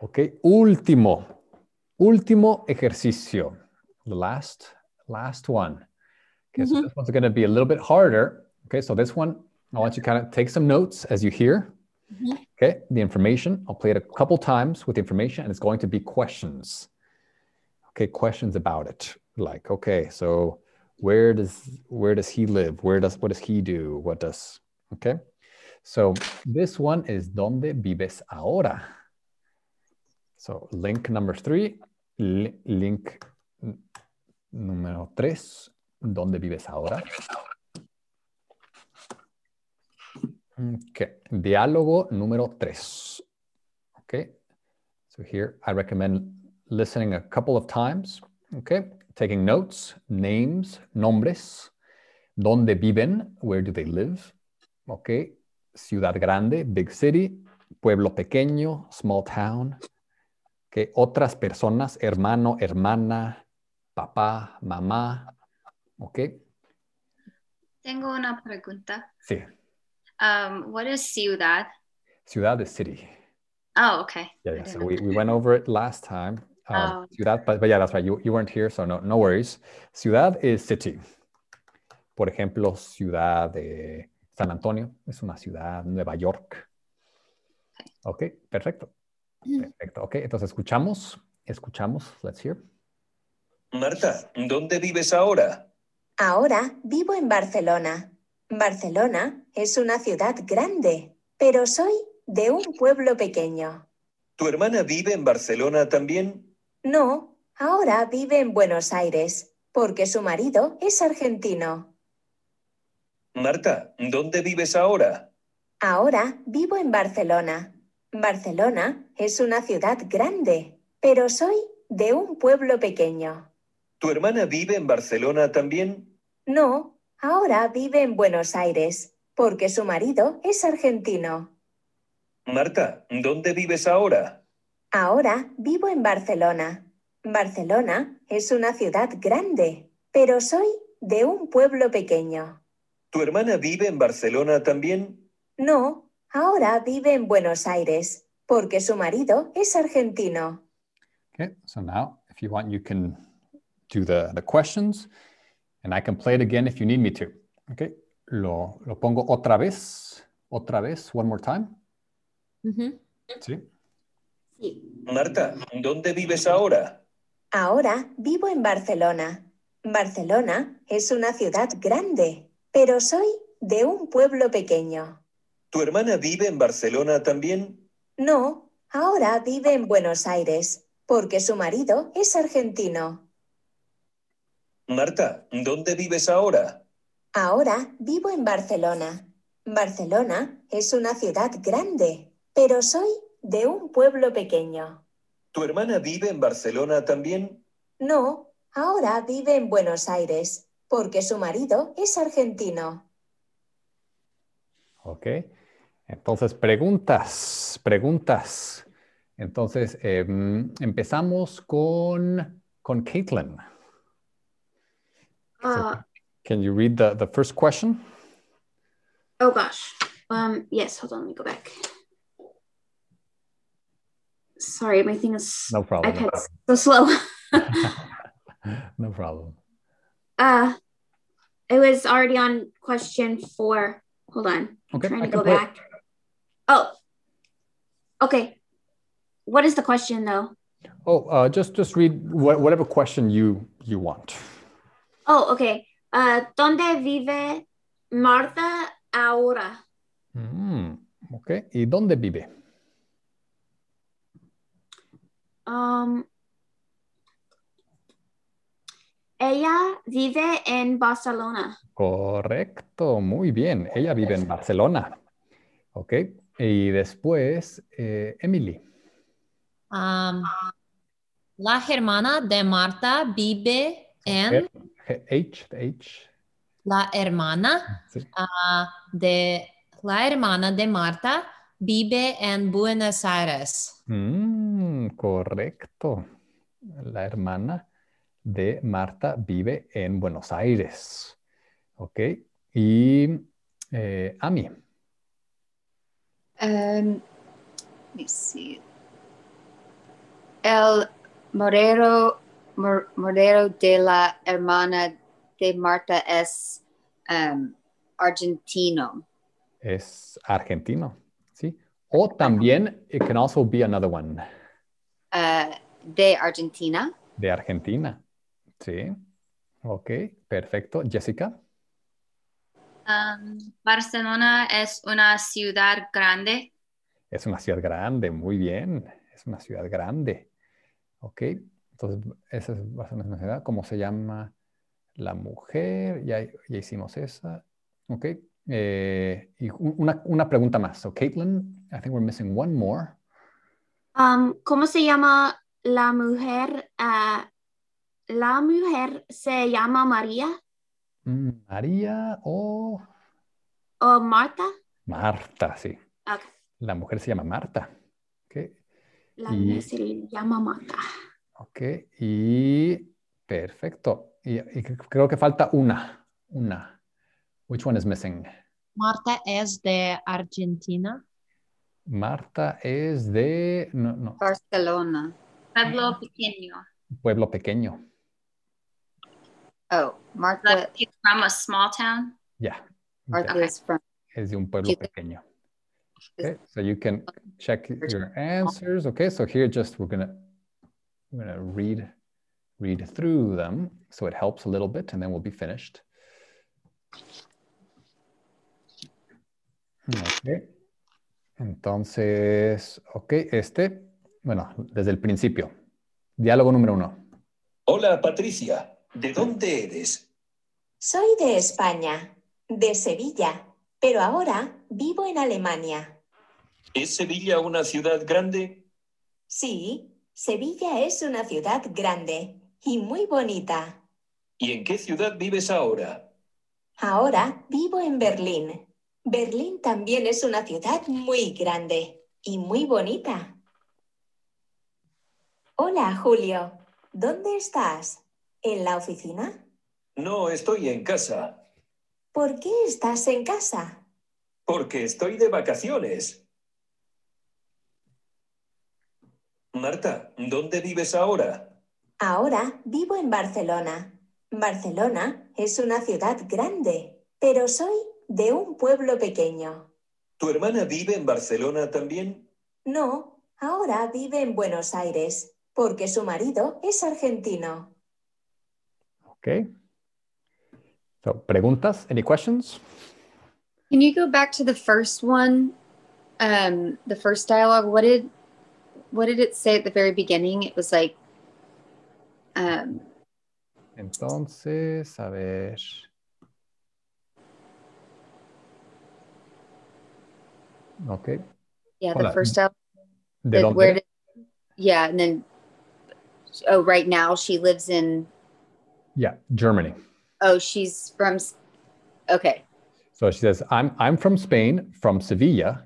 [SPEAKER 1] Ok, último, último ejercicio. The last, last one. Okay, so
[SPEAKER 2] Mhm.
[SPEAKER 1] this one's going to be a little bit harder. Okay, so this one, I want you to kind of take some notes as you hear.
[SPEAKER 2] Mhm.
[SPEAKER 1] Okay, the information, I'll play it a couple times with information, and it's going to be questions. Okay, questions about it. Like, okay, so where does where does he live? Where does what does he do? What does okay? So this one is ¿Dónde vives ahora? So link number three, li- link n- número tres, ¿Dónde vives ahora? Okay, diálogo número tres. Okay, so here I recommend listening a couple of times. Okay, taking notes, names, nombres, ¿Dónde viven? Where do they live? Okay, ciudad grande, big city, pueblo pequeño, small town, que otras personas, hermano, hermana, papá, mamá, ¿ok?
[SPEAKER 5] Tengo una pregunta.
[SPEAKER 1] Sí,
[SPEAKER 5] Um, what is ciudad?
[SPEAKER 1] ciudad es city.
[SPEAKER 5] Oh, okay.
[SPEAKER 1] Yeah,
[SPEAKER 5] I
[SPEAKER 1] yeah.
[SPEAKER 5] didn't
[SPEAKER 1] So
[SPEAKER 5] know.
[SPEAKER 1] we, we went over it last time. Um,
[SPEAKER 5] Oh.
[SPEAKER 1] Ciudad, but, but yeah, that's right. You, you weren't here, so no, no worries. Ciudad is city. Por ejemplo, ciudad de San Antonio es una ciudad, Nueva York. Ok, perfecto. Perfecto. Ok, entonces escuchamos, escuchamos. Let's hear.
[SPEAKER 6] Marta, ¿dónde vives ahora?
[SPEAKER 7] Ahora vivo en Barcelona. Barcelona es una ciudad grande, pero soy de un pueblo pequeño.
[SPEAKER 6] ¿Tu hermana vive en Barcelona también?
[SPEAKER 7] No, ahora vive en Buenos Aires, porque su marido es argentino.
[SPEAKER 6] Marta, ¿dónde vives ahora?
[SPEAKER 7] Ahora vivo en Barcelona. Barcelona es una ciudad grande, pero soy de un pueblo pequeño.
[SPEAKER 6] ¿Tu hermana vive en Barcelona también?
[SPEAKER 7] No, ahora vive en Buenos Aires, porque su marido es argentino.
[SPEAKER 6] Marta, ¿dónde vives ahora?
[SPEAKER 7] Ahora vivo en Barcelona. Barcelona es una ciudad grande, pero soy de un pueblo pequeño.
[SPEAKER 6] ¿Tu hermana vive en Barcelona también?
[SPEAKER 7] No, ahora vive en Buenos Aires, porque su marido es argentino.
[SPEAKER 1] Okay, so now if you want, you can do the, the questions and I can play it again if you need me to. Okay, lo, lo pongo otra vez, otra vez, one more time.
[SPEAKER 2] Ujú.
[SPEAKER 1] Sí.
[SPEAKER 6] Marta, ¿dónde vives ahora?
[SPEAKER 7] Ahora vivo en Barcelona. Barcelona es una ciudad grande, pero soy de un pueblo pequeño.
[SPEAKER 6] ¿Tu hermana vive en Barcelona también?
[SPEAKER 7] No, ahora vive en Buenos Aires, porque su marido es argentino.
[SPEAKER 6] Marta, ¿dónde vives ahora?
[SPEAKER 7] Ahora vivo en Barcelona. Barcelona es una ciudad grande, pero soy de un pueblo pequeño.
[SPEAKER 6] ¿Tu hermana vive en Barcelona también?
[SPEAKER 7] No, ahora vive en Buenos Aires, porque su marido es argentino.
[SPEAKER 1] Ok, entonces preguntas, preguntas. Entonces em, empezamos con, con Caitlin.
[SPEAKER 3] Uh,
[SPEAKER 1] Can you read the, the first question?
[SPEAKER 3] oh gosh. Um, yes, hold on, let me go back. Sorry, my thing is
[SPEAKER 1] No problem. no
[SPEAKER 3] iPad's so slow. <laughs>
[SPEAKER 1] problem. <laughs> No problem.
[SPEAKER 3] Uh, it was already on question four. Hold on, I'm
[SPEAKER 1] Okay,
[SPEAKER 3] trying
[SPEAKER 1] I
[SPEAKER 3] to
[SPEAKER 1] can
[SPEAKER 3] go
[SPEAKER 1] play it.
[SPEAKER 3] back. Oh, okay. What is the question though?
[SPEAKER 1] Oh, uh, just just read wha- whatever question you you want.
[SPEAKER 3] Oh, okay. Uh, ¿dónde vive Martha ahora?
[SPEAKER 1] Mm, ok, ¿y dónde vive?
[SPEAKER 3] Um, ella vive en Barcelona.
[SPEAKER 1] Correcto, muy bien. Ella vive en Barcelona. Ok. Y después, eh, Emily.
[SPEAKER 2] Um, la hermana de Marta vive en
[SPEAKER 1] Er- G- H, H.
[SPEAKER 2] la hermana
[SPEAKER 1] Sí.
[SPEAKER 2] ah, de la hermana de Marta vive en Buenos Aires.
[SPEAKER 1] Mm, correcto. La hermana de Marta vive en Buenos Aires. Ok. Y eh, Ami.
[SPEAKER 4] Um, let me see. El Morero, Mor- Morero de la Hermana de Marta es um, argentino.
[SPEAKER 1] es argentino, ¿sí? O también, it can also be another one,
[SPEAKER 4] Uh, de Argentina.
[SPEAKER 1] de Argentina, ¿sí? Ok, perfecto. Jessica,
[SPEAKER 5] Um, Barcelona es una ciudad grande.
[SPEAKER 1] es una ciudad grande, muy bien, es una ciudad grande, ¿ok? Entonces, esa es Barcelona es una ciudad, ¿cómo se llama la mujer? Ya, ya hicimos esa, ¿ok? Eh, y u- una, una pregunta más. So, Caitlin, I think we're missing one more.
[SPEAKER 3] Um, ¿Cómo se llama la mujer? Ah, la mujer se llama María
[SPEAKER 1] Mm, María o
[SPEAKER 3] o Marta.
[SPEAKER 1] Marta, sí.
[SPEAKER 3] Ok.
[SPEAKER 1] La mujer se llama Marta. Ok,
[SPEAKER 3] La
[SPEAKER 1] Y-
[SPEAKER 3] mujer se le llama Marta. <laughs>
[SPEAKER 1] ok, y perfecto. Y, y creo que falta una, una. Which one is missing?
[SPEAKER 2] Marta es de Argentina.
[SPEAKER 1] Marta es de no, no,
[SPEAKER 4] Barcelona.
[SPEAKER 1] Mm-hmm.
[SPEAKER 5] Pueblo pequeño.
[SPEAKER 1] pueblo pequeño.
[SPEAKER 4] Oh, Marta,
[SPEAKER 5] Like it's from a small town.
[SPEAKER 1] Ya.
[SPEAKER 4] Marta
[SPEAKER 1] ya,
[SPEAKER 4] is from.
[SPEAKER 1] Es de un pueblo
[SPEAKER 4] Sí.
[SPEAKER 1] pequeño. Okay, so you can check your answers. Okay, so here just we're gonna we're gonna read read through them so it helps a little bit, and then we'll be finished. Okay. Entonces, ok, este, bueno, desde el principio. Diálogo número uno.
[SPEAKER 6] Hola Patricia, ¿de dónde eres?
[SPEAKER 7] Soy de España, de Sevilla, pero ahora vivo en Alemania.
[SPEAKER 6] ¿Es Sevilla una ciudad grande?
[SPEAKER 7] Sí, Sevilla es una ciudad grande y muy bonita.
[SPEAKER 6] ¿Y en qué ciudad vives ahora?
[SPEAKER 7] Ahora vivo en Berlín. Berlín también es una ciudad muy grande y muy bonita. Hola, Julio. ¿Dónde estás? ¿En la oficina?
[SPEAKER 6] No estoy en casa,
[SPEAKER 7] ¿Por qué estás en casa?
[SPEAKER 6] porque estoy de vacaciones. Marta, ¿dónde vives ahora?
[SPEAKER 7] Ahora vivo en Barcelona. Barcelona es una ciudad grande, pero soy de un pueblo pequeño.
[SPEAKER 6] ¿Tu hermana vive en Barcelona también?
[SPEAKER 7] No, ahora vive en Buenos Aires, porque su marido es argentino.
[SPEAKER 1] Ok. So, preguntas, any questions?
[SPEAKER 4] Can you go back to the first one? Um, the first dialogue. What did what did it say at the very beginning? It was like um,
[SPEAKER 1] Entonces, a ver. Ok.
[SPEAKER 4] yeah,
[SPEAKER 1] Hola.
[SPEAKER 4] the first dialogue.
[SPEAKER 1] ¿De
[SPEAKER 4] like,
[SPEAKER 1] dónde?
[SPEAKER 4] where did, yeah, and then oh, right now she lives in
[SPEAKER 1] Yeah, Germany.
[SPEAKER 4] oh she's from S- okay
[SPEAKER 1] So she says, I'm, I'm from Spain, from Sevilla,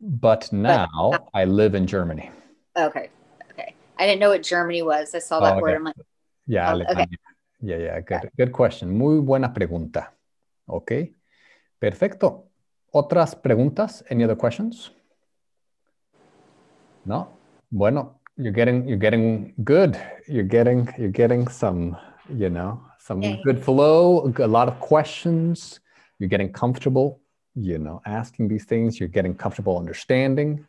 [SPEAKER 1] but now I live in Germany.
[SPEAKER 4] okay okay. I didn't know what Germany was. I saw that
[SPEAKER 1] Oh,
[SPEAKER 4] word.
[SPEAKER 1] okay.
[SPEAKER 4] I'm like
[SPEAKER 1] Yeah,
[SPEAKER 4] Oh, okay.
[SPEAKER 1] Alemania. Yeah, yeah, good, good question. Muy buena pregunta. Ok, perfecto. ¿Otras preguntas? Any other questions? No. Bueno, you're getting, you're getting good. You're getting, you're getting some, you know, some
[SPEAKER 4] Yay.
[SPEAKER 1] good flow, a lot of questions. You're getting comfortable, you know, asking these things. You're getting comfortable understanding.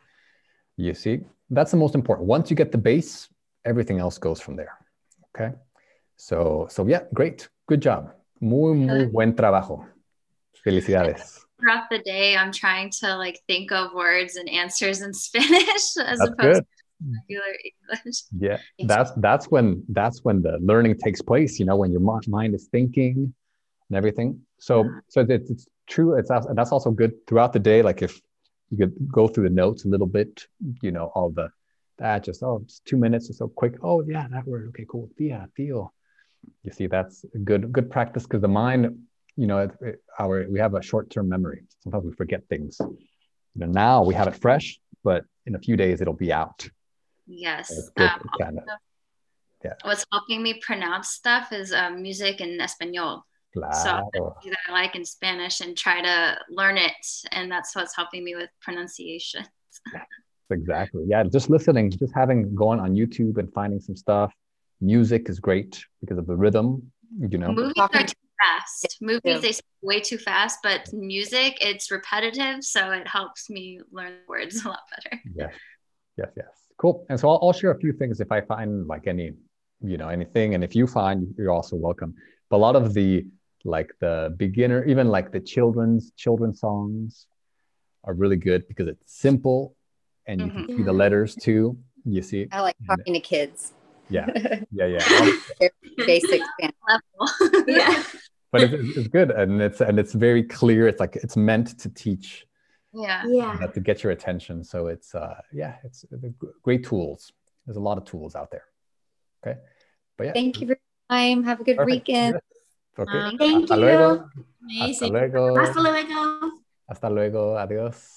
[SPEAKER 1] You see, that's the most important. Once you get the base, everything else goes from there. Okay. So, so yeah, great. Good job. Muy, muy buen trabajo. Felicidades.
[SPEAKER 5] Throughout the day, I'm trying to like think of words and answers in <laughs> Spanish as
[SPEAKER 1] That's
[SPEAKER 5] opposed
[SPEAKER 1] good.
[SPEAKER 5] regular English.
[SPEAKER 1] Yeah,
[SPEAKER 5] Yes.
[SPEAKER 1] that's that's when that's when the learning takes place. You know, when your mi- mind is thinking and everything. So so it's, it's true. It's als- that's also good throughout the day. Like if you could go through the notes a little bit, you know, all the that just oh it's two minutes or so quick. Oh yeah, that word. Okay, cool. Yeah, feel. You see, that's a good good practice because the mind, you know, it, it- our we have a short term memory. Sometimes we forget things. You know, now we have it fresh, but in a few days it'll be out. That's
[SPEAKER 5] Yes.
[SPEAKER 1] good,
[SPEAKER 5] Um,
[SPEAKER 1] kind of.
[SPEAKER 5] what's helping me pronounce stuff is um, music in Espanol.
[SPEAKER 1] Claro.
[SPEAKER 5] that I like in Spanish and try to learn it. And that's what's helping me with pronunciation.
[SPEAKER 1] Exactly. Yeah, just listening, just having going on YouTube and finding some stuff. Music is great because of the rhythm, you know.
[SPEAKER 5] Movies
[SPEAKER 4] Talking-
[SPEAKER 5] are too fast. Movies,
[SPEAKER 4] Yeah.
[SPEAKER 5] they speak way too fast, but music, it's repetitive. So it helps me learn words <laughs> a lot better.
[SPEAKER 1] Yes. Yes, yes. Cool. And so I'll, I'll share a few things if I find like any, you know, anything. And if you find, you're also welcome. But a lot of the like the beginner, even like the children's children's songs are really good because it's simple and you can see the
[SPEAKER 3] Mhm.
[SPEAKER 1] letters too. You see?
[SPEAKER 4] I like talking to kids.
[SPEAKER 1] Yeah. Yeah,
[SPEAKER 3] <laughs>
[SPEAKER 1] yeah.
[SPEAKER 4] Basic Spanish.
[SPEAKER 5] Level.
[SPEAKER 3] Yeah.
[SPEAKER 1] but it's, it's it's good and it's and it's very clear. It's like it's meant to teach
[SPEAKER 5] yeah.
[SPEAKER 3] Yeah.
[SPEAKER 1] uh, to get your attention. So it's uh, yeah, it's they're gr- great tools. There's a lot of tools out there. Okay, but yeah,
[SPEAKER 4] Thank you for your time. Have a good
[SPEAKER 1] perfect.
[SPEAKER 4] weekend.
[SPEAKER 1] Yes. Okay.
[SPEAKER 5] Um,
[SPEAKER 3] Thank
[SPEAKER 1] Hasta
[SPEAKER 3] you.
[SPEAKER 1] luego. Hasta
[SPEAKER 2] Amazing.
[SPEAKER 1] luego.
[SPEAKER 3] Hasta luego.
[SPEAKER 1] Hasta luego. Adiós.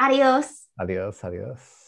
[SPEAKER 3] Adiós.
[SPEAKER 1] Adiós. Adiós.